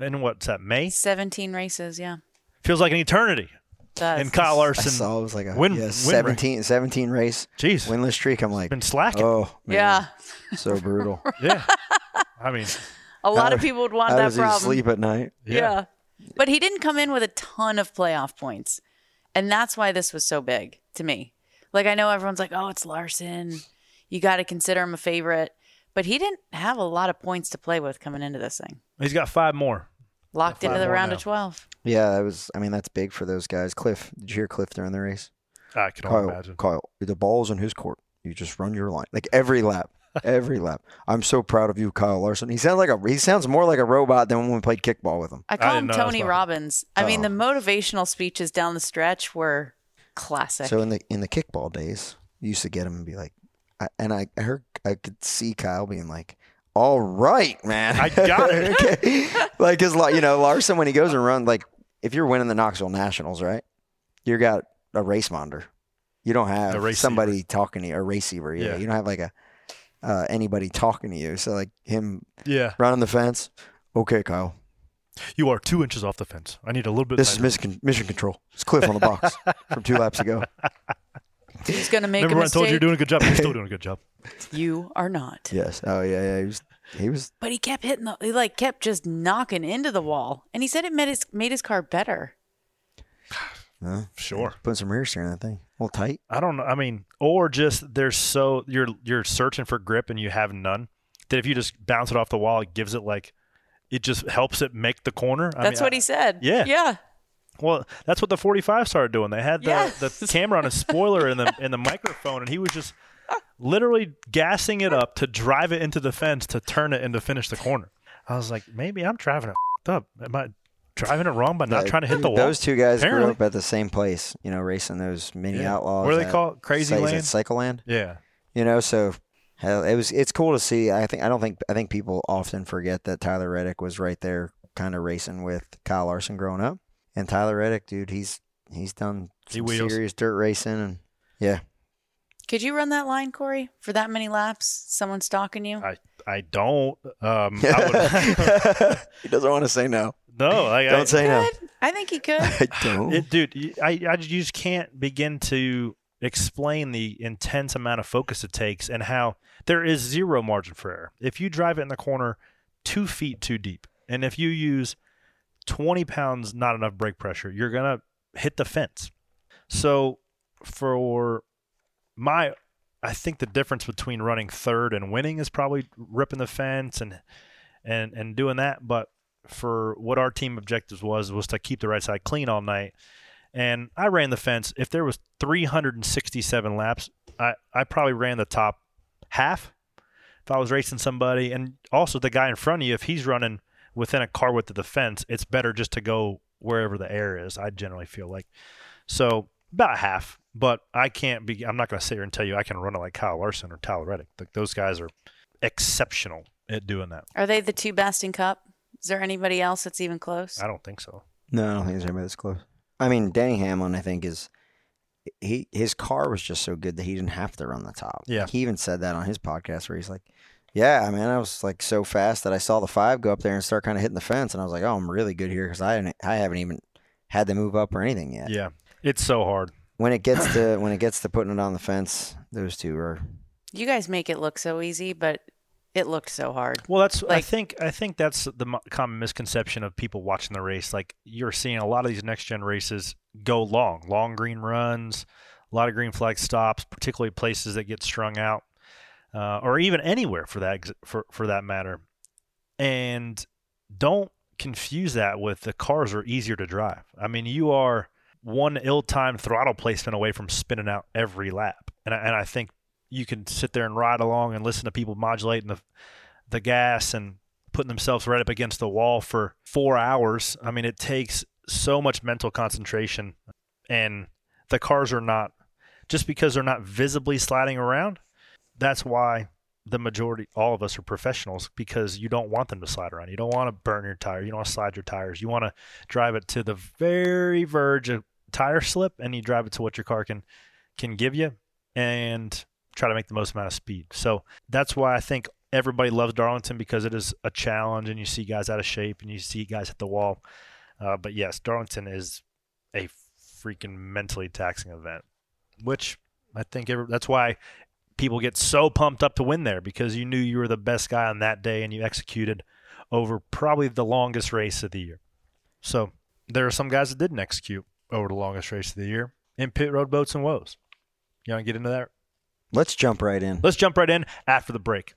Speaker 1: And what's that, May?
Speaker 5: 17 races, yeah.
Speaker 1: Feels like an eternity.
Speaker 5: Does.
Speaker 1: And Kyle
Speaker 4: I
Speaker 1: Larson,
Speaker 4: saw it was like a
Speaker 1: win-
Speaker 4: yeah,
Speaker 1: win
Speaker 4: 17, 17 race
Speaker 1: Jeez.
Speaker 4: winless streak. I'm like,
Speaker 1: been slacking.
Speaker 4: oh, man,
Speaker 5: Yeah.
Speaker 4: so brutal.
Speaker 1: yeah. I mean,
Speaker 5: A lot
Speaker 4: How-
Speaker 5: of people would want
Speaker 4: How
Speaker 5: that
Speaker 4: does he
Speaker 5: problem.
Speaker 4: sleep at night?
Speaker 1: yeah.
Speaker 5: Yeah. But he didn't come in with a ton of playoff points. And that's why this was so big to me. Like, I know everyone's like, oh, it's Larson. You got to consider him a favorite. But he didn't have a lot of points to play with coming into this thing.
Speaker 1: He's got five more.
Speaker 5: Locked
Speaker 1: Yeah,
Speaker 5: into the
Speaker 1: five more
Speaker 5: round
Speaker 1: now.
Speaker 5: of 12.
Speaker 4: Yeah, that was. I mean, that's big for those guys. Cliff, did you hear Cliff during the race?
Speaker 1: I can only
Speaker 4: Kyle,
Speaker 1: imagine.
Speaker 4: Kyle, the ball's in his court. You just run your line like every lap, every lap. I'm so proud of you, Kyle Larson. He sounds like a. He sounds more like a robot than when we played kickball with him.
Speaker 5: I call
Speaker 1: didn't
Speaker 5: him
Speaker 1: know that was
Speaker 5: Tony
Speaker 1: possible.
Speaker 5: Robbins. I mean,
Speaker 4: Oh.
Speaker 5: the motivational speeches down the stretch were classic.
Speaker 4: So in the in the kickball days, you used to get him and be like, I, and I, I heard I could see Kyle being like, "All right, man,
Speaker 1: I got it."
Speaker 4: Okay. like his, you know, Larson when he goes and runs, like if you're winning the Knoxville Nationals, right? You got a race monitor. You don't
Speaker 1: A
Speaker 4: have
Speaker 1: race
Speaker 4: somebody talking to you, a receiver. Yeah.
Speaker 1: Yeah.
Speaker 4: you don't have like a uh, anybody talking to you. So like him
Speaker 1: Yeah.
Speaker 4: running the fence. Okay, Kyle,
Speaker 1: You are two inches off the fence. I need a little bit.
Speaker 4: this is
Speaker 1: tighter.
Speaker 4: mission, mission control. It's Cliff on the box from two laps ago.
Speaker 5: He's going to make
Speaker 1: Remember
Speaker 5: a
Speaker 1: when I
Speaker 5: mistake.
Speaker 1: told you you're doing a good job? You're still doing a good job.
Speaker 5: You are not.
Speaker 4: Yes. Oh yeah, yeah. He was he was
Speaker 5: But he kept hitting the, he like kept just knocking into the wall. And he said it made his, made his car better.
Speaker 4: uh,
Speaker 1: Sure.
Speaker 4: Put some rear steer in that thing. A little tight.
Speaker 1: I don't know. I mean, or just there's so you're you're searching for grip and you have none. That if you just bounce it off the wall, it gives it like it just helps it make the corner. I
Speaker 5: That's
Speaker 1: mean,
Speaker 5: what
Speaker 1: I-
Speaker 5: he said.
Speaker 1: yeah.
Speaker 5: Yeah.
Speaker 1: Well, that's what the 45 started doing. They had the,
Speaker 5: Yes.
Speaker 1: the camera on a spoiler and the and the microphone, and he was just literally gassing it up to drive it into the fence to turn it and to finish the corner. I was like, maybe I'm driving it f***ed up. Am I driving it wrong by not
Speaker 4: Uh,
Speaker 1: trying to hit the wall?
Speaker 4: Those two guys
Speaker 1: Apparently.
Speaker 4: grew up at the same place, you know, racing those mini
Speaker 1: Yeah.
Speaker 4: outlaws.
Speaker 1: What do they
Speaker 4: at-
Speaker 1: call it? Crazy
Speaker 4: is it
Speaker 1: Land?
Speaker 4: Cycle Land.
Speaker 1: Yeah.
Speaker 4: You know, so hell, it was. It's cool to see. I think. I don't think. I think people often forget that Tyler Reddick was right there, kind of racing with Kyle Larson growing up. And Tyler Reddick, dude, he's he's done
Speaker 1: He
Speaker 4: some
Speaker 1: wheels.
Speaker 4: serious dirt racing, and yeah,
Speaker 5: Could you run that line, Corey, for that many laps? Someone stalking you?
Speaker 1: I I don't. Um, I would,
Speaker 4: he doesn't want to say no.
Speaker 1: no, like, I,
Speaker 4: Don't say no.
Speaker 5: Could. I think he could.
Speaker 4: I don't.
Speaker 1: It, dude, y- I, I just- you just can't begin to explain the intense amount of focus it takes and how there is zero margin for error. If you drive it in the corner two feet too deep, and if you use 20 pounds not enough brake pressure, you're going to hit the fence. So, for my, I think the difference between running third and winning is probably ripping the fence and and and doing that. But for what our team objectives was was to keep the right side clean all night. And I ran the fence. If there was 367 laps, I I probably ran the top half. If I was racing somebody, and also the guy in front of you, if he's running within a car width of the fence, it's better just to go wherever the air is. I generally feel like so about half. But I can't be. I'm not going to sit here and tell you I can run it like Kyle Larson or Tyler Reddick. Like those guys are exceptional at doing that.
Speaker 5: Are they the two best in Cup? Is there anybody else that's even close?
Speaker 1: I don't think so.
Speaker 4: No, I don't think there's anybody that's close. I mean, Danny Hamlin, I think is he his car was just so good that he didn't have to run the top.
Speaker 1: Yeah.
Speaker 4: he even said that on his podcast where he's like, "Yeah, I mean, I was like so fast that I saw the five go up there and start kind of hitting the fence, and I was like, oh, I'm really good here because I didn't, I haven't even had to move up or anything yet.
Speaker 1: Yeah, it's so hard.
Speaker 4: When it gets to when it gets to putting it on the fence, those two are
Speaker 5: You guys make it look so easy, but it looked so hard.
Speaker 1: Well, that's I
Speaker 5: Like-
Speaker 1: think I think that's the mo- common misconception of people watching the race. Like you're seeing a lot of these next gen races go long, long green runs, a lot of green flag stops, particularly places that get strung out, uh, or even anywhere for that ex- for for that matter. And don't confuse that with the cars are easier to drive. I mean, you are one ill-timed throttle placement away from spinning out every lap, and I, and I think you can sit there and ride along and listen to people modulating the the gas and putting themselves right up against the wall for four hours. I mean, it takes so much mental concentration, and the cars are not just because they're not visibly sliding around. That's why the majority, all of us are professionals because you don't want them to slide around. You don't want to burn your tire. You don't want to slide your tires. You want to drive it to the very verge of tire slip, and you drive it to what your car can can give you, and try to make the most amount of speed. So that's why I think everybody loves Darlington because it is a challenge, and you see guys out of shape, and you see guys hit the wall. Uh, but yes, Darlington is a freaking mentally taxing event, which I think every, that's why people get so pumped up to win there because you knew you were the best guy on that day and you executed over probably the longest race of the year. So there are some guys that didn't execute over the longest race of the year in pit road boats and woes. You want to get into that?
Speaker 4: Let's jump right in.
Speaker 1: Let's jump right in after the break.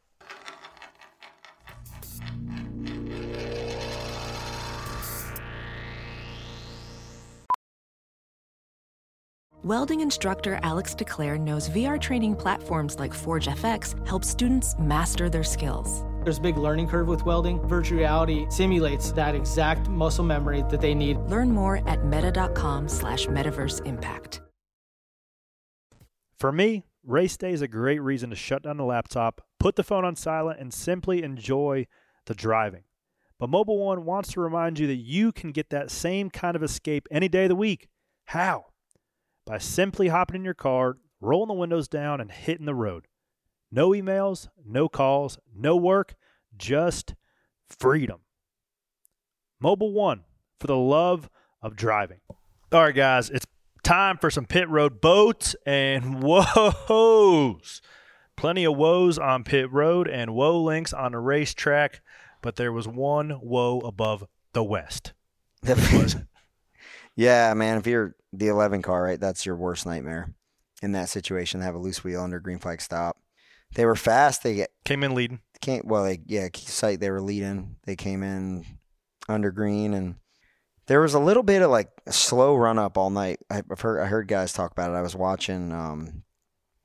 Speaker 6: Welding instructor Alex DeClaire knows VR training platforms like Forge FX help students master their skills.
Speaker 7: There's a big learning curve with welding. Virtual reality simulates that exact muscle memory that they need.
Speaker 6: Learn more at meta.com slash metaverse impact.
Speaker 1: For me, race day is a great reason to shut down the laptop, put the phone on silent, and simply enjoy the driving. But Mobile One wants to remind you that you can get that same kind of escape any day of the week. How? by simply hopping in your car, rolling the windows down, and hitting the road. No emails, no calls, no work, just freedom. Mobile One for the love of driving. All right, guys, it's time for some pit road boats and woes. Plenty of woes on pit road and woe links on the racetrack, but there was one woe above the West.
Speaker 4: yeah, man. If you're the 11 car, right? That's your worst nightmare in that situation. They have a loose wheel under green flag stop. They were fast. They get,
Speaker 1: Came in leading.
Speaker 4: can't, well, they, yeah, site, they were leading. They came in under green and there was a little bit of like a slow run up all night. I- I've heard, I heard guys talk about it. I was watching, um,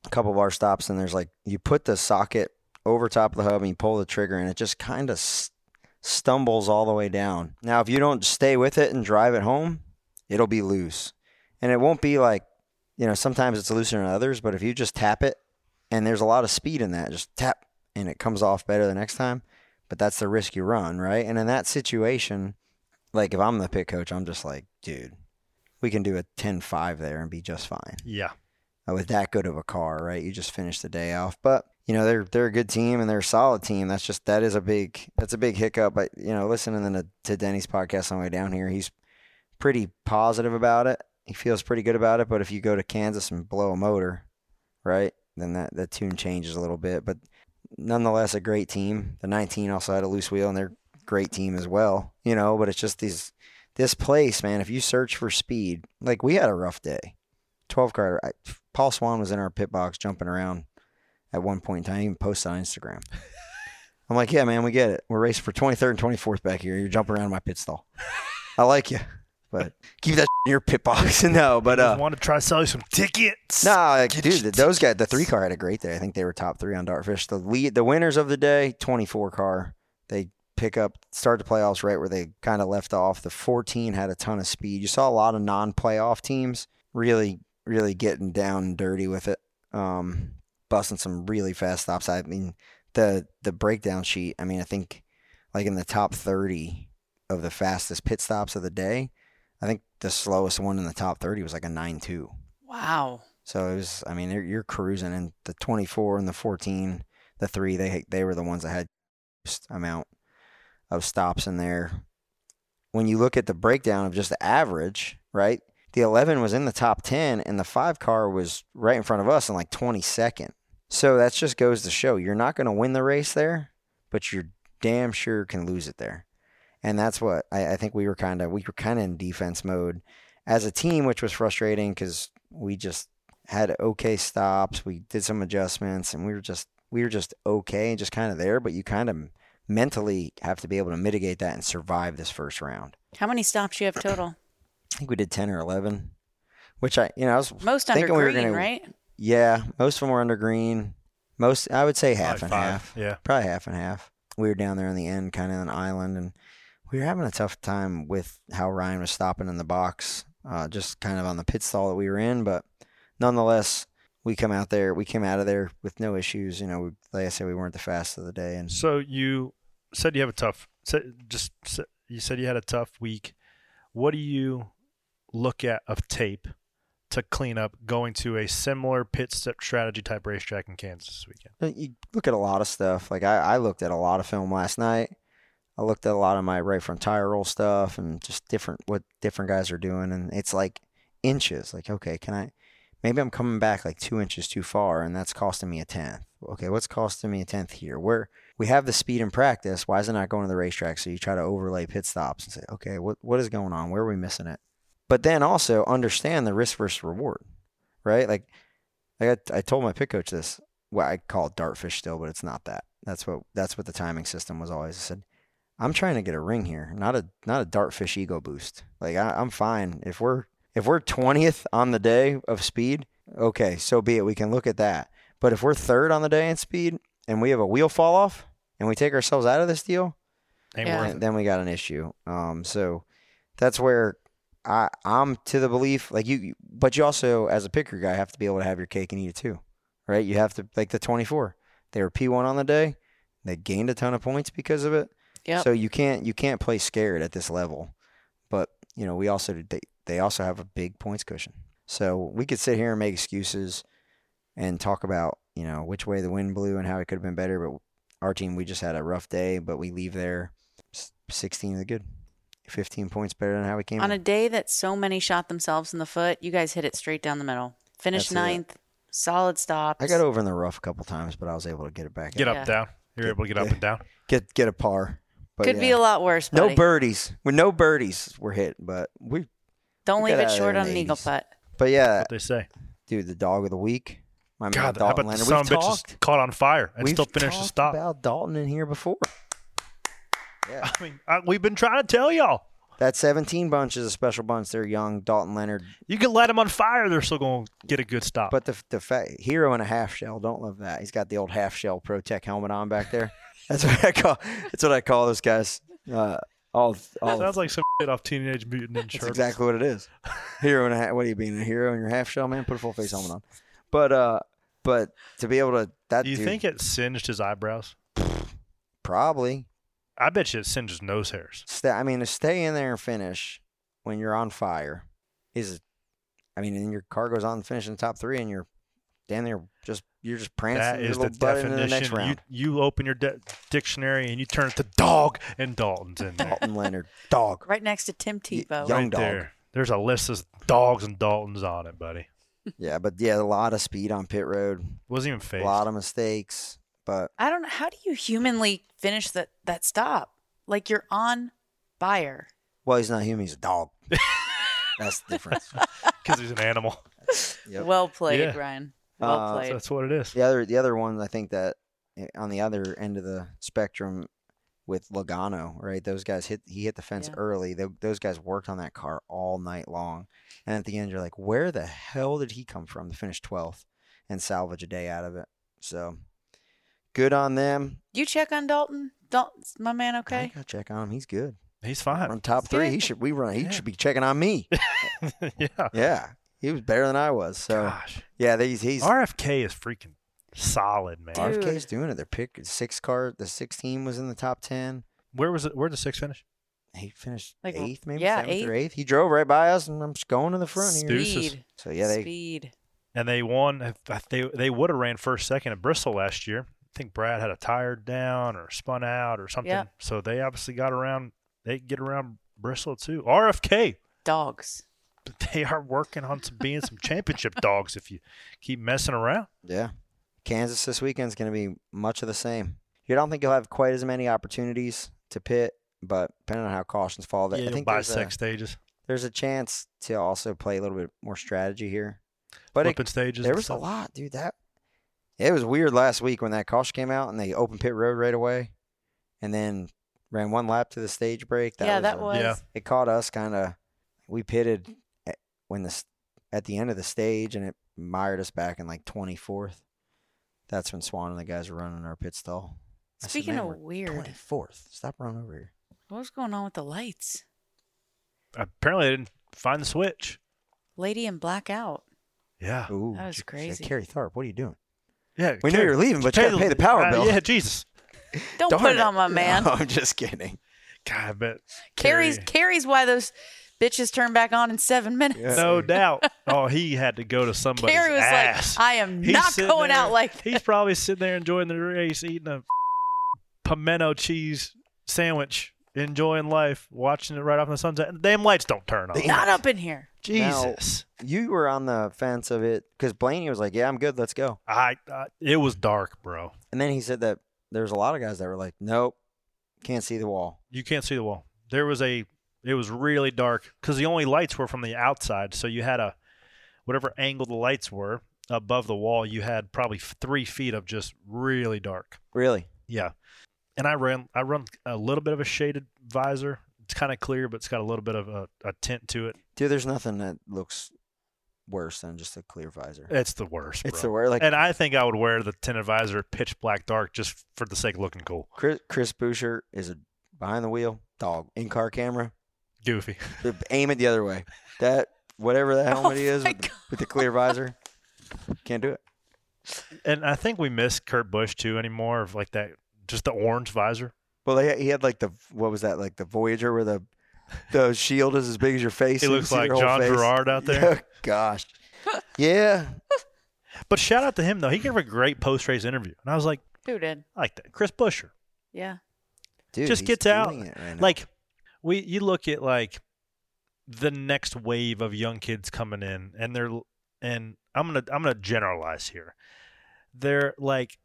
Speaker 4: a couple of our stops and there's like, you put the socket over top of the hub and you pull the trigger and it just kind of st- stumbles all the way down. Now, if you don't stay with it and drive it home, it'll be loose and it won't be like you know sometimes it's looser than others but if you just tap it and there's a lot of speed in that just tap and it comes off better the next time but that's the risk you run right and in that situation like if i'm the pit coach i'm just like dude we can do a 10-5 there and be just fine
Speaker 1: Yeah.
Speaker 4: uh, with that good of a car, right? You just finish the day off. But you know they're they're a good team and they're a solid team. That's just that is a big that's a big hiccup. But you know, listening to, to Denny's podcast on the way down here, he's pretty positive about it. He feels pretty good about it. But if you go to Kansas and blow a motor, right, then that the tune changes a little bit. But nonetheless, a great team. The 19 also had a loose wheel and they're a great team as well. You know, but it's just these this place, man. If you search for speed, like we had a rough day. 12 car. I, Paul Swan was in our pit box jumping around at one point in time. He even posted on Instagram. I'm like, yeah, man, we get it. We're racing for 23rd and 24th back here. You're jumping around in my pit stall. I like you, but keep that in your pit box. no, but
Speaker 1: I
Speaker 4: uh,
Speaker 1: want to try to sell you some tickets.
Speaker 4: no, like, dude, th- those guys, the three car had a great day. I think they were top three on Dartfish. The lead, the winners of the day, 24 car. They pick up, start the playoffs right where they kind of left off. The 14 had a ton of speed. You saw a lot of non-playoff teams really, really getting down and dirty with it. Um, busting some really fast stops. I mean, the the breakdown sheet. I mean, I think like in the top 30 of the fastest pit stops of the day. I think the slowest one in the top 30 was like a 9-2.
Speaker 5: Wow.
Speaker 4: So it was. I mean, you're, you're cruising, and the 24 and the 14, the three, they they were the ones that had just amount of stops in there. When you look at the breakdown of just the average, right? The 11 was in the top 10, and the five car was right in front of us in like 22nd. So that just goes to show you're not going to win the race there, but you're damn sure can lose it there. And that's what I, I think we were kind of we were kind of in defense mode as a team, which was frustrating because we just had okay stops. We did some adjustments, and we were just we were just okay and just kind of there. But you kind of mentally have to be able to mitigate that and survive this first round.
Speaker 5: How many stops you have total?
Speaker 4: I think we did ten or eleven, which I you know I was
Speaker 5: Most under
Speaker 4: thinking we
Speaker 5: green,
Speaker 4: were gonna,
Speaker 5: right?
Speaker 4: Yeah, most of them were under green. Most I would say half
Speaker 1: Probably
Speaker 4: and
Speaker 1: five,
Speaker 4: half.
Speaker 1: yeah.
Speaker 4: probably half and half. We were down there on the end, kind of an island, and we were having a tough time with how Ryan was stopping in the box, uh, just kind of on the pit stall that we were in. But nonetheless, we come out there, we came out of there with no issues. You know, we, like I said, we weren't the fastest of the day, and
Speaker 1: So you said you have a tough. said- Just said- you said you had a tough week. What do you look at of tape to clean up going to a similar pit stop strategy type racetrack in Kansas this weekend?
Speaker 4: Uh, you look at a lot of stuff. Like I, I looked at a lot of film last night. I looked at a lot of my right front tire roll stuff and just different what different guys are doing, and it's like inches. Like okay, can I? Maybe I'm coming back like two inches too far, and that's costing me a tenth. Okay, what's costing me a tenth here? Where we have the speed in practice, why is it not going to the racetrack? So you try to overlay pit stops and say, okay, what what is going on? Where are we missing it? But then also understand the risk versus reward, right? Like, like I, I told my pit coach this well, I call it dartfish still, but it's not that. That's what that's what the timing system was always. I said, I'm trying to get a ring here, not a not a dartfish ego boost. Like I, I'm fine if we're if we're twentieth on the day of speed, okay, so be it. We can look at that. But if we're third on the day in speed and we have a wheel fall off and we take ourselves out of this deal,
Speaker 1: Ain't
Speaker 5: Yeah.
Speaker 1: worth
Speaker 4: then, then we got an issue. Um, so that's where I I'm to the belief like you, but you also as a picker guy have to be able to have your cake and eat it too, right? You have to like the 24. They were P1 on the day. They gained a ton of points because of it.
Speaker 5: Yep.
Speaker 4: So you can't you can't play scared at this level. But you know we also they they also have a big points cushion. So we could sit here and make excuses and talk about you know which way the wind blew and how it could have been better. But our team we just had a rough day, but we leave there s- 16 of the good, 15 points better than how we came.
Speaker 5: On a
Speaker 4: in.
Speaker 5: day that so many shot themselves in the foot, you guys hit it straight down the middle. Finished
Speaker 4: That's it.
Speaker 5: ninth, solid stops.
Speaker 4: I got over in the rough a couple times, but I was able to get it back.
Speaker 1: it. Get up,
Speaker 4: in.
Speaker 5: Yeah.
Speaker 1: down. You're able to get up and down.
Speaker 4: get get a par. But
Speaker 5: Could be
Speaker 4: yeah.
Speaker 5: a lot worse. Buddy.
Speaker 4: No birdies. With no birdies, we're hit. But we.
Speaker 5: Don't
Speaker 4: we
Speaker 5: leave
Speaker 4: got
Speaker 5: it
Speaker 4: out of
Speaker 5: short
Speaker 4: there in
Speaker 5: on
Speaker 4: the
Speaker 5: an eagle
Speaker 4: 80s.
Speaker 5: putt.
Speaker 4: But yeah,
Speaker 1: What they say.
Speaker 4: dude, the dog of the week. My man
Speaker 1: God, how
Speaker 4: Dalton
Speaker 1: about the
Speaker 4: Leonard.
Speaker 1: son of
Speaker 4: We've
Speaker 1: a bitch is
Speaker 4: talked.
Speaker 1: caught on fire and
Speaker 4: We've
Speaker 1: still finished the
Speaker 4: talked
Speaker 1: stop?
Speaker 4: About Dalton in here before. Yeah,
Speaker 1: I mean, I, we've been trying to tell y'all.
Speaker 4: that 17 bunch is a special bunch. They're young. Dalton Leonard,
Speaker 1: You can light them on fire; they're still going to get a good stop.
Speaker 4: but the the fact hero in a half shell. Don't love that. He's got the old half shell Pro Tech helmet on back there. That's what I call. That's what I call those guys. Uh, all all
Speaker 1: sounds like some shit off Teenage Mutant Ninja
Speaker 4: That's
Speaker 1: Turtles.
Speaker 4: exactly what it is. Hero and a half. What are you being a hero in your half shell, man? Put a full face helmet on. But uh, but to be able to that
Speaker 1: Do you
Speaker 4: dude,
Speaker 1: think it singed his eyebrows?
Speaker 4: probably
Speaker 1: I bet you it singed his nose hairs.
Speaker 4: stay. I mean, to stay in there and finish when you're on fire is, I mean, and your car goes on and finish in the top three, and you're damn near just you're just prancing
Speaker 1: That
Speaker 4: your
Speaker 1: is the
Speaker 4: little butt into the next
Speaker 1: definition.
Speaker 4: round.
Speaker 1: You, you open your di- dictionary and you turn it to dog, and Dalton's in there.
Speaker 4: Dalton Leonard, dog.
Speaker 5: Right next to Tim
Speaker 4: Y-
Speaker 5: Tebow.
Speaker 4: young
Speaker 1: right
Speaker 4: dog.
Speaker 1: there. There's a list of dogs and Daltons on it, buddy.
Speaker 4: Yeah, but yeah, a lot of speed on pit road,
Speaker 1: Wasn't even
Speaker 4: a
Speaker 1: fake.
Speaker 4: lot of mistakes, but
Speaker 5: I don't know. How do you humanly finish that, that stop? Like you're on fire.
Speaker 4: well, he's not human. He's a dog. That's the difference.
Speaker 1: Because he's an animal.
Speaker 4: Yep.
Speaker 5: Well played,
Speaker 1: Yeah.
Speaker 5: Ryan. Well
Speaker 4: Uh,
Speaker 5: played.
Speaker 1: That's what it is.
Speaker 4: The other the other one I think that eh, on the other end of the spectrum with Logano, right? Those guys hit he hit the fence
Speaker 5: Yeah.
Speaker 4: early. Tho- those guys worked on that car all night long. And at the end you're like, where the hell did he come from to finish 12th and salvage a day out of it? So good on them.
Speaker 5: you check on Dalton. Dalton's my man,
Speaker 4: I
Speaker 5: okay?
Speaker 4: gotta check on him. He's good.
Speaker 1: He's
Speaker 4: We're
Speaker 1: fine.
Speaker 4: on top
Speaker 5: He's
Speaker 4: three.
Speaker 5: good.
Speaker 4: He should we run he
Speaker 1: Yeah.
Speaker 4: should be checking on me.
Speaker 1: yeah.
Speaker 4: yeah. He was better than I was. So
Speaker 1: Gosh.
Speaker 4: yeah, these he's
Speaker 1: RFK is freaking solid, man.
Speaker 5: Dude.
Speaker 4: RFK's doing it. Their pick six car the six team was in the top ten.
Speaker 1: Where was it? Where did the six finish?
Speaker 4: he finished
Speaker 5: Like, w-
Speaker 4: eighth, maybe
Speaker 5: yeah,
Speaker 4: seventh or eighth. He drove right by us, and I'm just going to the front here.
Speaker 1: Deuces.
Speaker 5: Speed.
Speaker 4: So yeah, they
Speaker 5: Speed.
Speaker 1: and they won. I- I- They they would have ran first, second at Bristol last year. I think Brad had a tire down or spun out or something.
Speaker 5: Yep.
Speaker 1: So they obviously got around. They can get around Bristol too. RFK.
Speaker 5: Dogs.
Speaker 1: But They are working on some, being some championship dogs. If you keep messing around,
Speaker 4: yeah. Kansas this weekend's going to be much of the same. You don't think you'll have quite as many opportunities to pit, but depending on how cautions fall, that
Speaker 1: yeah,
Speaker 4: I think
Speaker 1: by
Speaker 4: there's a,
Speaker 1: six stages,
Speaker 4: there's a chance to also play a little bit more strategy here. But it,
Speaker 1: flipping stages.
Speaker 4: there
Speaker 1: and
Speaker 4: was a
Speaker 1: stuff.
Speaker 4: lot, dude. That it was weird last week when that caution came out and they opened pit road right away, and then ran one lap to the stage break. That
Speaker 5: yeah,
Speaker 4: was
Speaker 5: that
Speaker 4: a-
Speaker 5: was.
Speaker 1: Yeah.
Speaker 4: it caught us kind of we pitted at, when this at the end of the stage and it mired us back in like 24th that's when swan and the guys were running our pit stall I said,
Speaker 5: Speaking
Speaker 4: "Man,
Speaker 5: of
Speaker 4: we're
Speaker 5: weird,
Speaker 4: 24th stop running over here
Speaker 5: what was going on with the lights?
Speaker 1: Apparently, they didn't find the switch.
Speaker 5: Lady in blackout.
Speaker 1: Yeah.
Speaker 4: Ooh,
Speaker 5: That was
Speaker 4: she said,
Speaker 5: crazy.
Speaker 4: Carrie Tharp, what are you doing?
Speaker 1: Yeah.
Speaker 4: We knew you were leaving, but you gotta pay the power
Speaker 1: uh,
Speaker 4: bill.
Speaker 1: Yeah, Jesus.
Speaker 5: Don't
Speaker 4: Darn
Speaker 5: put it, on my man.
Speaker 4: No, I'm just kidding.
Speaker 1: God, I bet.
Speaker 5: Carrie's Carrie's why those bitches turn back on in seven minutes.
Speaker 4: Yeah.
Speaker 1: No doubt. Oh, he had to go to somebody's
Speaker 5: Carrie was
Speaker 1: ass.
Speaker 5: like, "I am
Speaker 1: He's
Speaker 5: not
Speaker 1: sitting
Speaker 5: going
Speaker 1: there-
Speaker 5: out like that."
Speaker 1: He's probably sitting there enjoying the race, eating a pimento cheese sandwich, enjoying life, watching it right off in the sunset. And the damn lights don't turn on.
Speaker 5: Not up in here.
Speaker 1: Jesus.
Speaker 4: You were on the fence of it because Blaney was like, "Yeah, I'm good. Let's go."
Speaker 1: I, I it was dark, bro.
Speaker 4: And then he said that there's a lot of guys that were like, "Nope, can't see the wall."
Speaker 1: You can't see the wall. There was a it was really dark cuz the only lights were from the outside, so you had a whatever angle the lights were above the wall, you had probably 3 feet of just really dark.
Speaker 4: Really?
Speaker 1: Yeah. And I ran I run a little bit of a shaded visor. It's kind of clear, but it's got a little bit of a, a tint to it.
Speaker 4: Dude, there's nothing that looks worse than just a clear visor.
Speaker 1: It's the worst.
Speaker 4: It's the
Speaker 1: bro.
Speaker 4: worst. Like
Speaker 1: and I think I would wear the tinted visor pitch black dark just for the sake of looking cool.
Speaker 4: Chris, Chris Boucher is a behind the wheel dog in car camera.
Speaker 1: Goofy.
Speaker 4: Aim it the other way. That whatever that
Speaker 1: Oh
Speaker 4: helmet he is
Speaker 5: my
Speaker 4: with the, with the clear visor, can't do it.
Speaker 1: And I think we miss Kurt Busch too anymore of like that just the orange visor.
Speaker 4: Well, they, he had like the what was that like the Voyager where the the shield is as big as your face.
Speaker 1: He
Speaker 4: and you
Speaker 1: looks
Speaker 4: see
Speaker 1: like
Speaker 4: their whole
Speaker 1: John
Speaker 4: face.
Speaker 1: Gerard out there.
Speaker 4: Yeah, gosh. Yeah.
Speaker 1: But shout out to him though. He gave a great post race interview. And I was like,
Speaker 5: Who did?
Speaker 1: I like that. Chris Busher.
Speaker 5: Yeah.
Speaker 4: Dude,
Speaker 1: just
Speaker 4: he's
Speaker 1: gets out.
Speaker 4: doing it right now.
Speaker 1: Like we you look at like the next wave of young kids coming in and they're and I'm going to I'm going to generalize here. They're like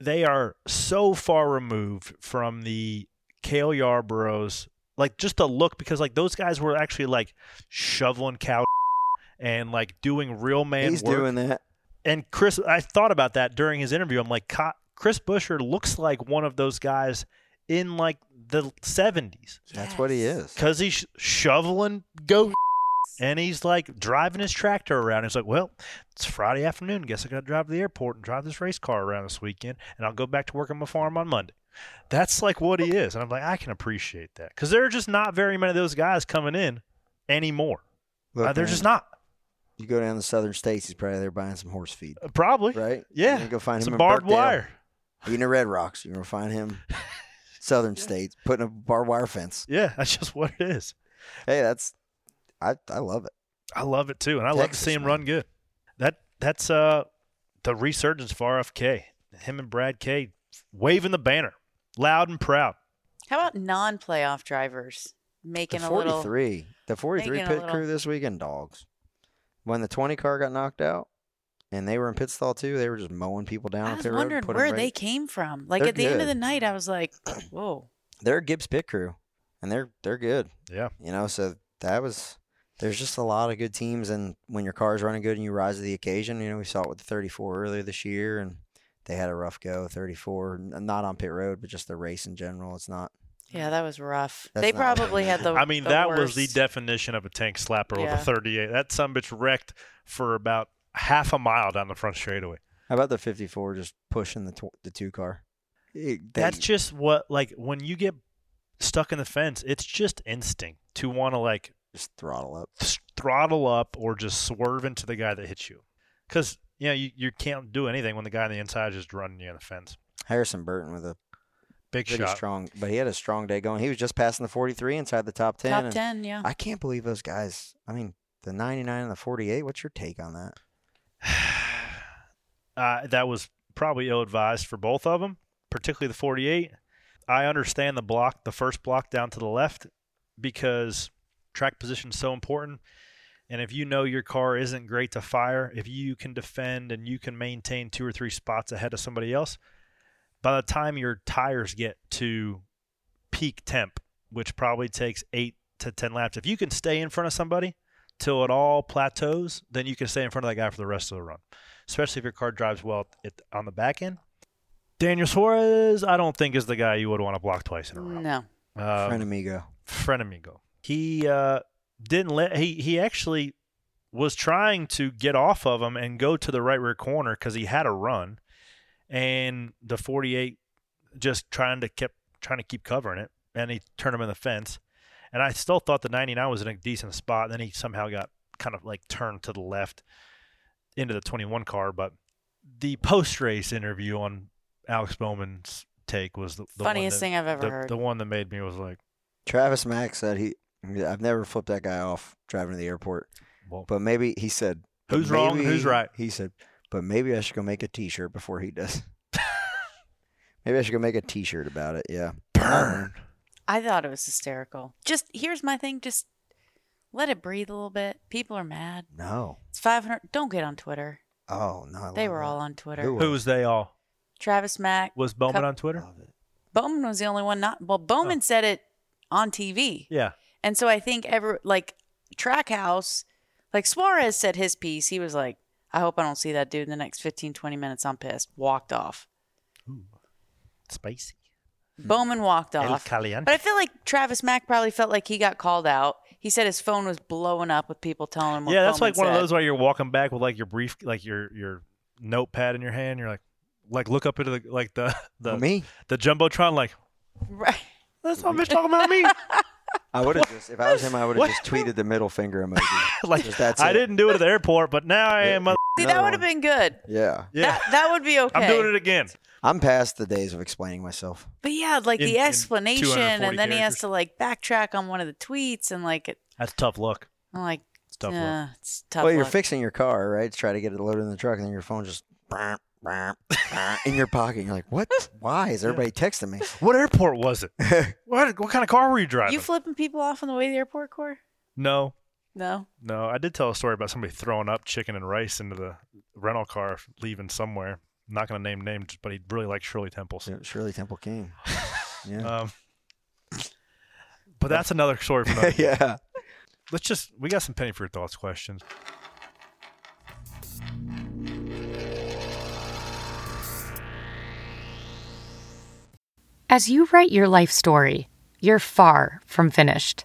Speaker 1: they are so far removed from the Kale Yarboroughs like just the look because like those guys were actually like shoveling cow and like doing real man
Speaker 4: he's
Speaker 1: work
Speaker 4: doing that.
Speaker 1: and Chris, I thought about that during his interview. I'm like, "Co- Chris Busher looks like one of those guys in like the 70s
Speaker 4: That's what he is.
Speaker 1: because he's shoveling go and he's like driving his tractor around. He's like, well, it's Friday afternoon. Guess I got to drive to the airport and drive this race car around this weekend, and I'll go back to work on my farm on Monday. That's like what he is, and I'm like, I can appreciate that because there are just not very many of those guys coming in anymore.
Speaker 4: Look,
Speaker 1: Uh, they're
Speaker 4: man,
Speaker 1: just not.
Speaker 4: You go down to southern states. He's probably there buying some horse feed,
Speaker 1: Uh, Probably.
Speaker 4: right?
Speaker 1: Yeah.
Speaker 4: You go find
Speaker 1: Some
Speaker 4: him in
Speaker 1: barbed
Speaker 4: Burkdale.
Speaker 1: wire.
Speaker 4: Eating at Red Rocks. You're gonna find him. Southern states putting a barbed wire fence.
Speaker 1: Yeah, that's just what it is.
Speaker 4: Hey, that's I I love it.
Speaker 1: I love it too, and I love to
Speaker 4: Texas,
Speaker 1: see him
Speaker 4: man.
Speaker 1: run good. That that's uh the resurgence for RFK. Him and Brad K waving the banner, loud and proud.
Speaker 5: How about non-playoff drivers making
Speaker 4: the
Speaker 5: a little?
Speaker 4: 43, the 43
Speaker 5: making
Speaker 4: pit
Speaker 5: a little-
Speaker 4: crew this weekend, dogs. When the 20 car got knocked out, and they were in pit stall too, they were just mowing people down.
Speaker 5: I
Speaker 4: up
Speaker 5: was
Speaker 4: the road,
Speaker 5: wondering
Speaker 4: put 'em
Speaker 5: where
Speaker 4: right-
Speaker 5: they came from. Like
Speaker 4: They're
Speaker 5: at the end of the
Speaker 4: good.
Speaker 5: night, I was like, "Whoa,
Speaker 4: They're a Gibbs pit crew, and they're they're good.
Speaker 1: Yeah.
Speaker 4: You know, so that was. There's just a lot of good teams, and when your car's running good and you rise to the occasion, you know we saw it with the 34 earlier this year, and they had a rough go. 34, n- not on pit road, but just the race in general. It's not.
Speaker 5: yeah, that was rough."
Speaker 4: That's
Speaker 5: they
Speaker 4: not what I
Speaker 5: probably had the.
Speaker 1: I mean,
Speaker 5: the
Speaker 1: that was the
Speaker 5: worst.
Speaker 1: definition of a tank slapper
Speaker 5: Yeah.
Speaker 1: with a 38. That some bitch wrecked for about half a mile down the front straightaway.
Speaker 4: How about the 54 just pushing the tw- the two car? It- they-
Speaker 1: That's just what like when you get stuck in the fence, it's just instinct to want to like
Speaker 4: just throttle up.
Speaker 1: s- throttle up or just swerve into the guy that hits you. Because, you know, you, you can't do anything when the guy on the inside is just running you on the fence.
Speaker 4: Harrison Burton with a
Speaker 1: Big
Speaker 4: pretty
Speaker 1: shot.
Speaker 4: strong, but he had a strong day going. He was just passing the 43 inside the top 10.
Speaker 5: top
Speaker 4: and
Speaker 5: ten. Yeah,
Speaker 4: I can't believe those guys. I mean, the 99 and the 48. What's your take on that?
Speaker 1: Uh, that was probably ill advised for both of them, particularly the 48. I understand the block, the first block down to the left, because track position is so important. And if you know your car isn't great to fire, if you can defend and you can maintain two or three spots ahead of somebody else, by the time your tires get to peak temp, which probably takes eight to 10 laps, if you can stay in front of somebody till it all plateaus, then you can stay in front of that guy for the rest of the run, especially if your car drives well at, on the back end. Daniel Suarez, I don't think is the guy you would want to block twice in a row.
Speaker 5: no,
Speaker 1: Um,
Speaker 4: Frenemigo.
Speaker 1: frenemigo. He uh, didn't let he he actually was trying to get off of him and go to the right rear corner because he had a run, and the 48 just trying to kept trying to keep covering it, and he turned him in the fence. And I still thought the 99 was in a decent spot. And then he somehow got kind of like turned to the left. into the 21 car, but the post race interview on Alex Bowman's take was the, the one
Speaker 5: Funniest
Speaker 1: that-
Speaker 5: thing I've ever
Speaker 1: the,
Speaker 5: heard.
Speaker 1: The one that made me was like,
Speaker 4: Travis Mack said he. I've never flipped that guy off driving to the airport,
Speaker 1: well,
Speaker 4: but maybe he said, but
Speaker 1: who's wrong?
Speaker 4: maybe-
Speaker 1: Who's right?
Speaker 4: He said, but maybe I should go make a T-shirt before he does. maybe I should go make a T-shirt about it. Yeah, burn.
Speaker 5: I thought it was hysterical. Just here's my thing. Just let it breathe a little bit. People are mad.
Speaker 4: No.
Speaker 5: It's 500. Don't get on Twitter.
Speaker 4: Oh no. I love
Speaker 5: They were
Speaker 4: that.
Speaker 5: all on Twitter.
Speaker 4: Who
Speaker 1: Who was they all?
Speaker 5: Travis Mack.
Speaker 1: Was Bowman
Speaker 5: Cup-
Speaker 1: on Twitter?
Speaker 4: Love it.
Speaker 5: Bowman was the only one not.
Speaker 1: Oh.
Speaker 5: Well, Bowman said it on TV.
Speaker 1: Yeah.
Speaker 5: And so I think every like Trackhouse, like Suarez said his piece. He was like, I hope I don't see that dude in the next 15, 20 minutes. I'm pissed. Walked off.
Speaker 1: Spicy.
Speaker 5: Bowman walked
Speaker 1: Hmm. El
Speaker 5: off.
Speaker 1: Caliente.
Speaker 5: But I feel like Travis Mack probably felt like he got called out. He said his phone was blowing up with people telling him what
Speaker 1: yeah, that's
Speaker 5: Bowman
Speaker 1: like one of
Speaker 5: said.
Speaker 1: those where you're walking back with like your brief, like your your notepad in your hand. You're like, like look up into the like the the
Speaker 4: Well, Oh, me.
Speaker 1: the jumbotron. Like
Speaker 5: Right.
Speaker 1: that's not bitch talking about me.
Speaker 4: I would have just if I was him, I would
Speaker 1: What?
Speaker 4: have just tweeted the middle finger emoji.
Speaker 1: like
Speaker 4: Just that's
Speaker 1: I
Speaker 4: it.
Speaker 1: didn't do it at the airport, but now I
Speaker 4: Yeah.
Speaker 1: am. A,
Speaker 5: See,
Speaker 4: Another
Speaker 5: that would have
Speaker 4: one.
Speaker 5: been good.
Speaker 4: Yeah,
Speaker 1: yeah,
Speaker 5: That, that would be okay.
Speaker 1: I'm doing it again.
Speaker 4: I'm past the days of explaining myself.
Speaker 5: But yeah, like
Speaker 1: In- in
Speaker 5: the explanation,
Speaker 1: 240
Speaker 5: and then he has
Speaker 1: characters.
Speaker 5: to like backtrack on one of the tweets, and like it,
Speaker 1: That's tough luck.
Speaker 5: I'm like,
Speaker 1: It's tough luck.
Speaker 5: "Uh, it's tough.
Speaker 4: well, you're
Speaker 5: luck."
Speaker 4: fixing your car, right? Try to get it loaded in the truck, and then your phone just burp, burp, burp, in your pocket. You're like, what? Why is everybody texting me?
Speaker 1: What airport was it? what what kind of car were you driving?
Speaker 5: You flipping people off on the way to the airport, Core?
Speaker 1: no,
Speaker 5: No.
Speaker 1: no. I did tell a story about somebody throwing up chicken and rice into the rental car leaving somewhere. I'm not going to name names, but he really liked Shirley Temples.
Speaker 4: Yeah, Shirley Temple King. Yeah.
Speaker 1: Um, but that's another story for another. day.
Speaker 4: yeah.
Speaker 1: Let's just we got some penny for your thoughts questions.
Speaker 8: As you write your life story, you're far from finished.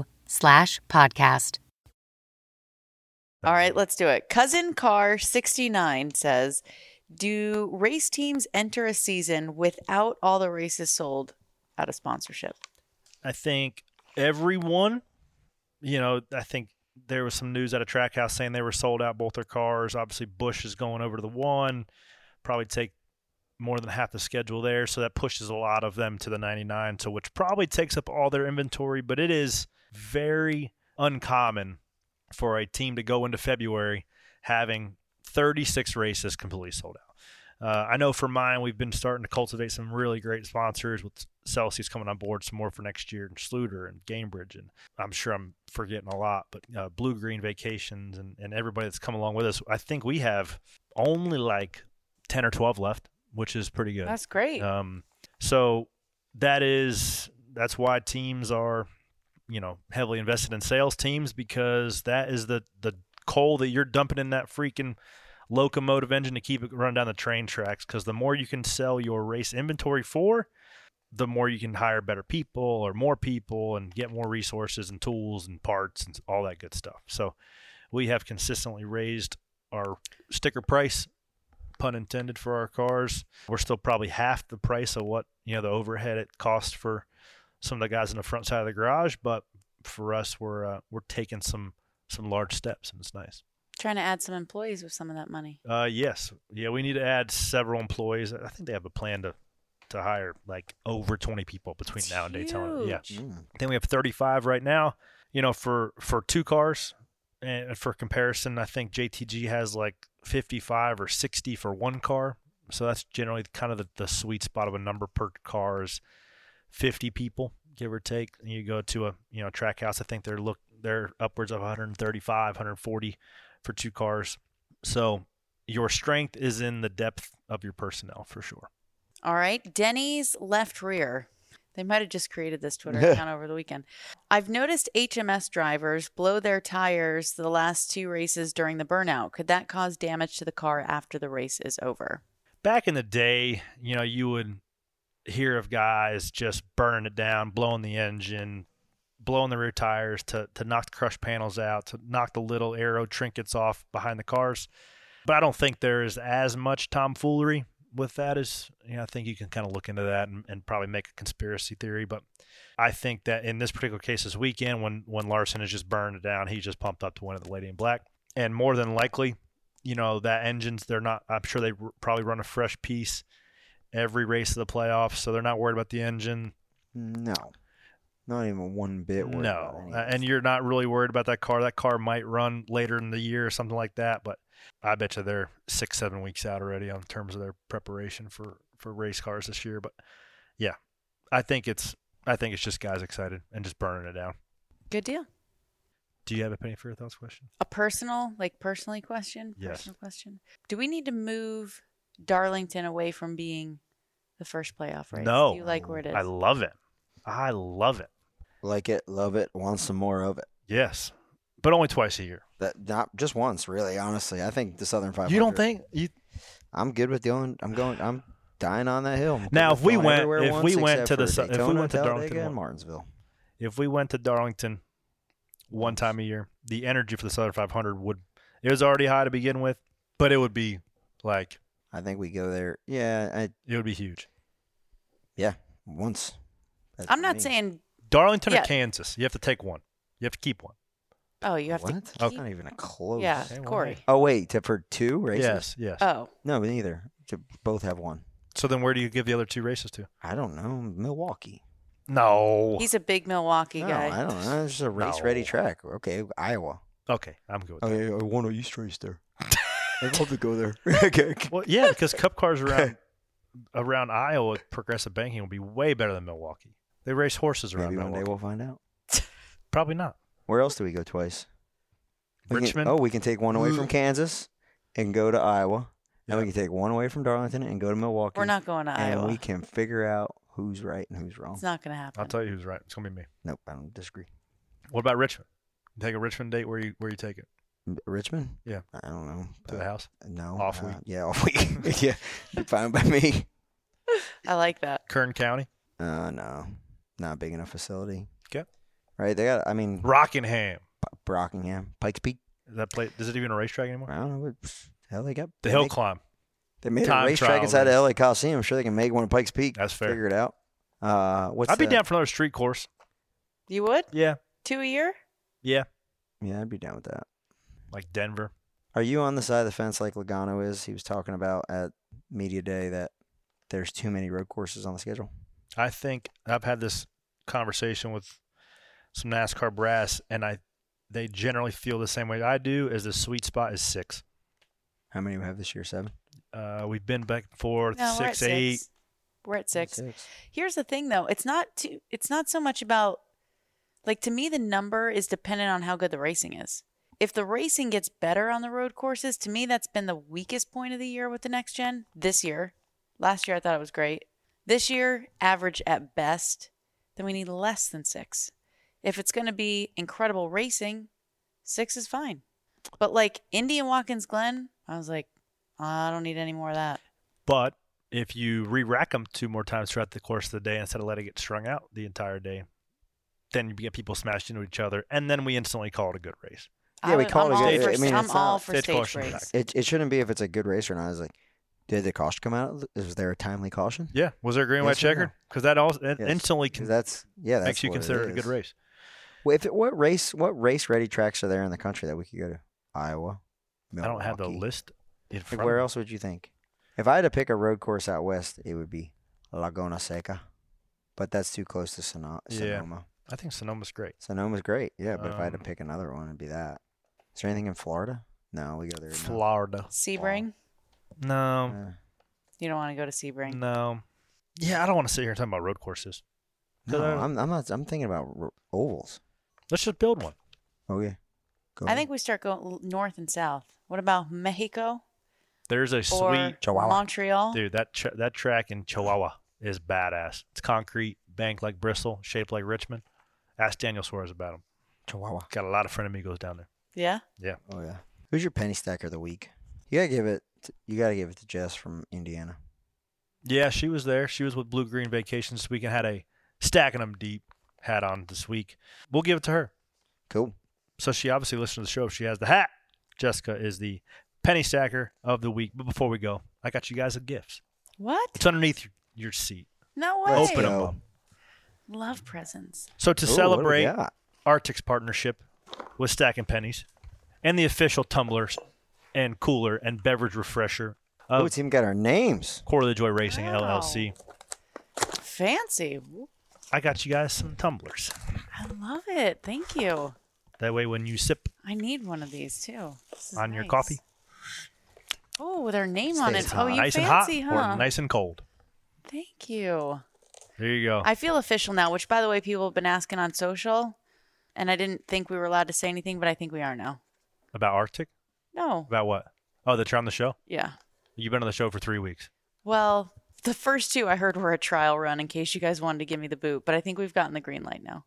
Speaker 8: E slash podcast.
Speaker 5: All right, let's do it. Cousin Car 69 says, Do race teams enter a season without all the races sold out of sponsorship?
Speaker 1: I think everyone, you know, I think there was some news at a track house saying they were sold out both their cars. Obviously, Bush is going over to the one, probably take more than half the schedule there. So that pushes a lot of them to the 99, so which probably takes up all their inventory. But it is very uncommon for a team to go into February having 36 races completely sold out. Uh, I know for mine, we've been starting to cultivate some really great sponsors with Celsius coming on board some more for next year, and Schluter and Gamebridge, and I'm sure I'm forgetting a lot, but uh, Blue Green Vacations and, and everybody that's come along with us. I think we have only like 10 or 12 left, which is pretty good.
Speaker 5: That's great.
Speaker 1: Um, so that is that's why teams are, you know, heavily invested in sales teams because that is the the coal that you're dumping in that freaking locomotive engine to keep it running down the train tracks. Because the more you can sell your race inventory for, the more you can hire better people or more people and get more resources and tools and parts and all that good stuff. So we have consistently raised our sticker price pun intended for our cars. We're still probably half the price of what you know the overhead it costs for some of the guys in the front side of the garage. But for us, we're uh, we're taking some some large steps, and it's nice.
Speaker 5: Trying to add some employees with some of that money.
Speaker 1: Uh, yes, yeah, we need to add several employees. I think they have a plan to to hire like over 20 people between
Speaker 5: It's
Speaker 1: now and Daytona. Yeah,
Speaker 5: huge.
Speaker 1: then we have 35 right now. You know, for for two cars, and for comparison, I think JTG has like 55 or 60 for one car. So that's generally kind of the, the sweet spot of a number per car is 50 people, give or take. And you go to a you know track house, I think they're look they're upwards of 135, 140 for two cars. So your strength is
Speaker 5: Mm-hmm.
Speaker 1: in the depth of your personnel for sure.
Speaker 5: All right. Denny's left rear. They might have just created this Twitter account over the weekend. I've noticed HMS drivers blow their tires the last two races during the burnout. Could that cause damage to the car after the race is over?
Speaker 1: back in the day, you know, you would hear of guys just burning it down, blowing the engine, blowing the rear tires to to knock the crush panels out, to knock the little arrow trinkets off behind the cars. But I don't think there is as much tomfoolery with that as you know, I think you can kind of look into that and, and probably make a conspiracy theory. But I think that in this particular case this weekend, when when Larson has just burned it down, he's just pumped up to win at the Lady in Black. And more than likely, you know that engines they're not i'm sure they r- probably run a fresh piece every race of the playoffs so they're not worried about the engine
Speaker 4: No, not even one bit. worried about
Speaker 1: no
Speaker 4: any of
Speaker 1: uh,
Speaker 4: this.
Speaker 1: and you're not really worried about that car that car might run later in the year or something like that but i bet you they're six seven weeks out already on terms of their preparation for for race cars this year but yeah i think it's i think it's just guys excited and just burning it down
Speaker 5: Good deal.
Speaker 1: do you have a penny for your thoughts question
Speaker 5: A personal, like personally question?
Speaker 1: Yes.
Speaker 5: Personal question. Do we need to move Darlington away from being the first playoff race?
Speaker 1: no
Speaker 5: Do you like where it is?
Speaker 1: i love it i love it
Speaker 4: like it, love it, want some more of it.
Speaker 1: yes but only twice a year
Speaker 4: That not just once, really. Honestly, I think the Southern Five.
Speaker 1: you don't think you
Speaker 4: I'm good with going. I'm going. I'm dying on that hill. I'm good
Speaker 1: Now,
Speaker 4: with
Speaker 1: if we
Speaker 4: going
Speaker 1: went-
Speaker 4: everywhere
Speaker 1: if
Speaker 4: once
Speaker 1: we went
Speaker 4: except
Speaker 1: to the
Speaker 4: for
Speaker 1: Sou- if we
Speaker 4: Daytona,
Speaker 1: went to
Speaker 4: Talladega,
Speaker 1: Darlington
Speaker 4: and
Speaker 1: one-
Speaker 4: Martinsville,
Speaker 1: if we went to Darlington one time a year, the energy for the Southern 500 would it was already high to begin with, but it would be like
Speaker 4: I think we go there. Yeah, I,
Speaker 1: it would be huge.
Speaker 4: yeah, once. That's
Speaker 5: I'm
Speaker 4: what I
Speaker 5: not
Speaker 4: mean.
Speaker 5: saying,
Speaker 1: Darlington or
Speaker 5: Yeah.
Speaker 1: Kansas, you have to take one. You have to keep one.
Speaker 5: oh, you have
Speaker 4: what?
Speaker 5: to.
Speaker 4: That's
Speaker 5: keep-
Speaker 4: not even a close.
Speaker 5: Yeah,
Speaker 1: Okay, well,
Speaker 5: Corey.
Speaker 4: Oh wait, to, for two races?
Speaker 1: Yes, yes.
Speaker 5: Oh,
Speaker 4: No, neither. To both have one.
Speaker 1: so then where do you give the other two races to?
Speaker 4: I don't know. Milwaukee.
Speaker 1: No.
Speaker 5: Oh, he's a big Milwaukee
Speaker 4: no,
Speaker 5: guy.
Speaker 4: I don't know. It's just a race ready
Speaker 1: No.
Speaker 4: track. Okay, Iowa.
Speaker 1: okay, I'm good with that.
Speaker 4: Okay, I want to East race there. I love to go there. okay.
Speaker 1: Well, yeah, because cup cars around around Iowa, progressive banking will be way better than Milwaukee. They race horses around
Speaker 4: Maybe one day
Speaker 1: Milwaukee.
Speaker 4: we'll find out.
Speaker 1: Probably not.
Speaker 4: Where else do we go twice? We can-
Speaker 1: Richmond. Mm.
Speaker 4: oh, we can take one away from Kansas and go to Iowa. And we can take one away from Darlington and go to Milwaukee.
Speaker 5: We're not going to
Speaker 4: and
Speaker 5: Iowa.
Speaker 4: we can figure out who's right and who's wrong.
Speaker 5: It's not going to happen.
Speaker 1: I'll tell you who's right. It's gonna be me.
Speaker 4: nope, I don't disagree.
Speaker 1: What about Richmond? Take a Richmond date where you where you take it
Speaker 4: M- Richmond?
Speaker 1: Yeah.
Speaker 4: I don't know.
Speaker 1: to the
Speaker 4: Uh,
Speaker 1: house.
Speaker 4: No.
Speaker 1: Off
Speaker 4: uh,
Speaker 1: week.
Speaker 4: Yeah, off week. yeah, fine by me.
Speaker 5: I like that.
Speaker 1: Kern County,
Speaker 4: Uh, no, not a big enough facility.
Speaker 1: Okay.
Speaker 4: Right? They got. I mean,
Speaker 1: Rockingham.
Speaker 4: P- Brockingham, Pikes Peak.
Speaker 1: Is that play? Is it even a racetrack anymore?
Speaker 4: I don't know. What, pff, hell, they got
Speaker 1: The
Speaker 4: they
Speaker 1: hill
Speaker 4: make-
Speaker 1: climb.
Speaker 4: They made a
Speaker 1: Time
Speaker 4: racetrack
Speaker 1: trial
Speaker 4: inside the
Speaker 1: race.
Speaker 4: LA Coliseum. I'm sure they can make one at Pikes Peak.
Speaker 1: That's fair.
Speaker 4: Figure it out. Uh, what's
Speaker 1: I'd be
Speaker 4: the-
Speaker 1: down for another street course.
Speaker 5: You would?
Speaker 1: Yeah,
Speaker 5: Two a year?
Speaker 1: yeah,
Speaker 4: Yeah, I'd be down with that.
Speaker 1: like Denver.
Speaker 4: Are you on the side of the fence like Logano is? He was talking about at media day that there's too many road courses on the schedule.
Speaker 1: I think I've had this conversation with some NASCAR brass, and I they generally feel the same way I do. Is the sweet spot is six.
Speaker 4: How many we have this year? Seven.
Speaker 1: Uh, we've been back and forth
Speaker 5: No, we're at
Speaker 1: six, eight.
Speaker 5: six. We're at six. Here's the thing though, it's not too it's not so much about like to me the number is dependent on how good the racing is. If the racing gets better on the road courses, to me that's been the weakest point of the year with the next gen this year. Last year I thought it was great. This year average at best, then we need less than 6. If it's going to be incredible racing, 6 is fine. But like Indian Watkins Glen, I was like I don't need any more of that.
Speaker 1: But if you re-rack them two more times throughout the course of the day instead of letting it strung out the entire day, then you get people smashed into each other, and then we instantly call it a good race.
Speaker 4: Yeah,
Speaker 5: I
Speaker 4: we
Speaker 5: would-
Speaker 4: call
Speaker 5: I'm
Speaker 4: it a
Speaker 5: all
Speaker 4: good-
Speaker 5: for-
Speaker 4: I mean,
Speaker 5: I'm
Speaker 4: it's
Speaker 5: all
Speaker 4: not-
Speaker 5: for
Speaker 1: Stage
Speaker 5: stage
Speaker 1: caution
Speaker 5: race.
Speaker 1: track.
Speaker 4: It it shouldn't be if it's a good race or not. I was like, did the caution come out? Is there a timely caution?
Speaker 1: Yeah, was there a green white
Speaker 4: Yes or no?
Speaker 1: checker? Because that also that
Speaker 4: Yes.
Speaker 1: instantly
Speaker 4: 'Cause
Speaker 1: can,
Speaker 4: That's yeah. That's
Speaker 1: makes you
Speaker 4: what
Speaker 1: consider it a
Speaker 4: is.
Speaker 1: good race.
Speaker 4: Well, if it, what race? What race ready tracks are there in the country that we could go to? Iowa.
Speaker 1: I don't have the
Speaker 4: Milwaukee.
Speaker 1: list in
Speaker 4: Like,
Speaker 1: front.
Speaker 4: where
Speaker 1: of me.
Speaker 4: else would you think? If I had to pick a road course out west, it would be Laguna Seca, but that's too close to Sono-
Speaker 1: Yeah.
Speaker 4: Sonoma.
Speaker 1: I think Sonoma's great.
Speaker 4: Sonoma's great, yeah. But if I had to
Speaker 1: Um,
Speaker 4: pick another one, it'd be that. Is there anything in Florida? No, we go there. now.
Speaker 1: Florida.
Speaker 5: Sebring.
Speaker 1: No,
Speaker 4: Uh,
Speaker 5: You don't want to go to Sebring.
Speaker 1: no. Yeah, I don't want to sit here and talk about road courses.
Speaker 4: no,
Speaker 1: Florida.
Speaker 4: I'm, I'm not. I'm thinking about r- ovals.
Speaker 1: Let's just build one.
Speaker 4: Oh yeah. Go
Speaker 5: I
Speaker 4: ahead.
Speaker 5: think we start going l- north and south. What about Mexico
Speaker 1: There's a
Speaker 5: or
Speaker 1: sweet
Speaker 4: Chihuahua.
Speaker 5: Montreal?
Speaker 1: dude. That tra- that track in Chihuahua is badass. It's concrete. banked like Bristol, shaped like Richmond. Ask Daniel Suarez about him.
Speaker 4: Chihuahua.
Speaker 1: Got a lot of frenemigos down there.
Speaker 5: Yeah.
Speaker 1: Yeah.
Speaker 4: Oh yeah. Who's your penny stacker of the week? You gotta give it. To, you gotta give it to Jess from Indiana.
Speaker 1: Yeah, she was there. She was with Blue Green Vacation this week and had a stacking them deep hat on this week. We'll give it to her.
Speaker 4: Cool.
Speaker 1: So she obviously listened to the show. She has the hat. Jessica is the penny stacker of the week. But before we go, I got you guys a gift.
Speaker 5: What?
Speaker 1: It's underneath your- your seat.
Speaker 5: No way.
Speaker 4: Let's
Speaker 1: Open 'em
Speaker 4: go.
Speaker 1: up.
Speaker 5: Love presents.
Speaker 1: So to
Speaker 4: Ooh, what do we
Speaker 1: celebrate
Speaker 4: got?
Speaker 1: Arctic's partnership with Stacking Pennies and the official tumblers and cooler and beverage refresher
Speaker 4: Oh,
Speaker 1: of
Speaker 4: it's even got our names.
Speaker 1: Corley Joy Racing
Speaker 5: Wow.
Speaker 1: LLC.
Speaker 5: Fancy.
Speaker 1: I got you guys some tumblers.
Speaker 5: I love it. Thank you.
Speaker 1: That way, when you sip
Speaker 5: I need one of these too. This is
Speaker 1: on your
Speaker 5: nice.
Speaker 1: coffee,
Speaker 5: Oh, with our name on
Speaker 4: Stays
Speaker 5: it. Oh,
Speaker 4: hot.
Speaker 5: you
Speaker 1: nice
Speaker 5: fancy,
Speaker 1: and hot
Speaker 5: huh?
Speaker 1: or nice and cold.
Speaker 5: Thank you.
Speaker 1: There you go.
Speaker 5: I feel official now, which by the way, people have been asking on social, and I didn't think we were allowed to say anything, but I think we are now.
Speaker 1: About Arctic?
Speaker 5: No.
Speaker 1: About what? Oh, that you're on the show?
Speaker 5: Yeah.
Speaker 1: You've been on the show for three weeks.
Speaker 5: Well, the first two I heard were a trial run in case you guys wanted to give me the boot, but I think we've gotten the green light now.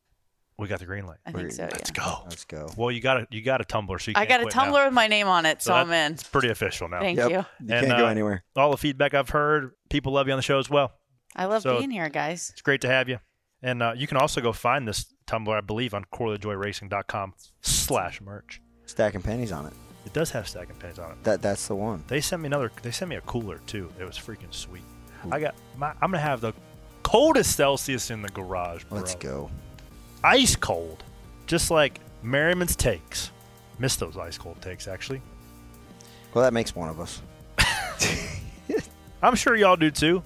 Speaker 1: We got the green light.
Speaker 5: I think so. Yeah.
Speaker 1: go.
Speaker 4: Let's go.
Speaker 1: Well, you got a you got a tumbler, so you
Speaker 5: I
Speaker 1: can't
Speaker 5: got a
Speaker 1: quit now.
Speaker 5: tumbler with my name on it, so,
Speaker 1: So
Speaker 5: I'm
Speaker 1: that-
Speaker 5: in.
Speaker 1: It's pretty official now.
Speaker 5: Thank
Speaker 4: Yep.
Speaker 5: you.
Speaker 4: You
Speaker 1: And,
Speaker 4: can't go
Speaker 1: uh,
Speaker 4: anywhere.
Speaker 1: All the feedback I've heard, people love you on the show as well.
Speaker 5: I love
Speaker 1: So-
Speaker 5: being here, guys.
Speaker 1: It's great to have you. And uh, you can also go find this Tumblr, I believe, on corleyjoyracing.com slash merch.
Speaker 4: Stacking pennies on it.
Speaker 1: It does have stacking pins on it.
Speaker 4: That that's the one.
Speaker 1: They sent me another. They sent me a cooler too. It was freaking sweet. I got my. I'm gonna have the coldest Celsius in the garage, bro.
Speaker 4: Let's go.
Speaker 1: Ice cold, just like Merriman's takes. Miss those ice cold takes actually.
Speaker 4: Well, that makes one of us.
Speaker 1: I'm sure y'all do too.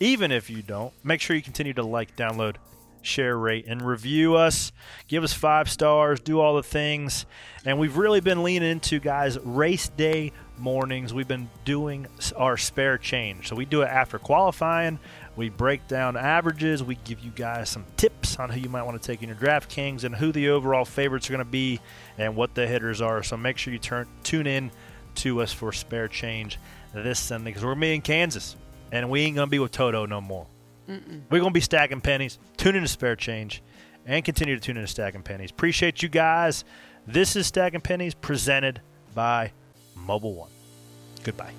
Speaker 1: Even if you don't, make sure you continue to like, download, share, rate, and review us. Give us five stars, do all the things. And we've really been leaning into, guys, race day mornings. We've been doing s- our spare change. So we do it after qualifying. We break down averages. We give you guys some tips on who you might want to take in your DraftKings and who the overall favorites are going to be and what the hitters are. So make sure you turn tune in to us for spare change this Sunday because we're gonna be in Kansas and we ain't gonna be with Toto no more. We're gonna be stacking pennies. Tune in to spare change and continue to tune in to stacking pennies. Appreciate you guys. This is stacking pennies presented by Mobile One. Goodbye.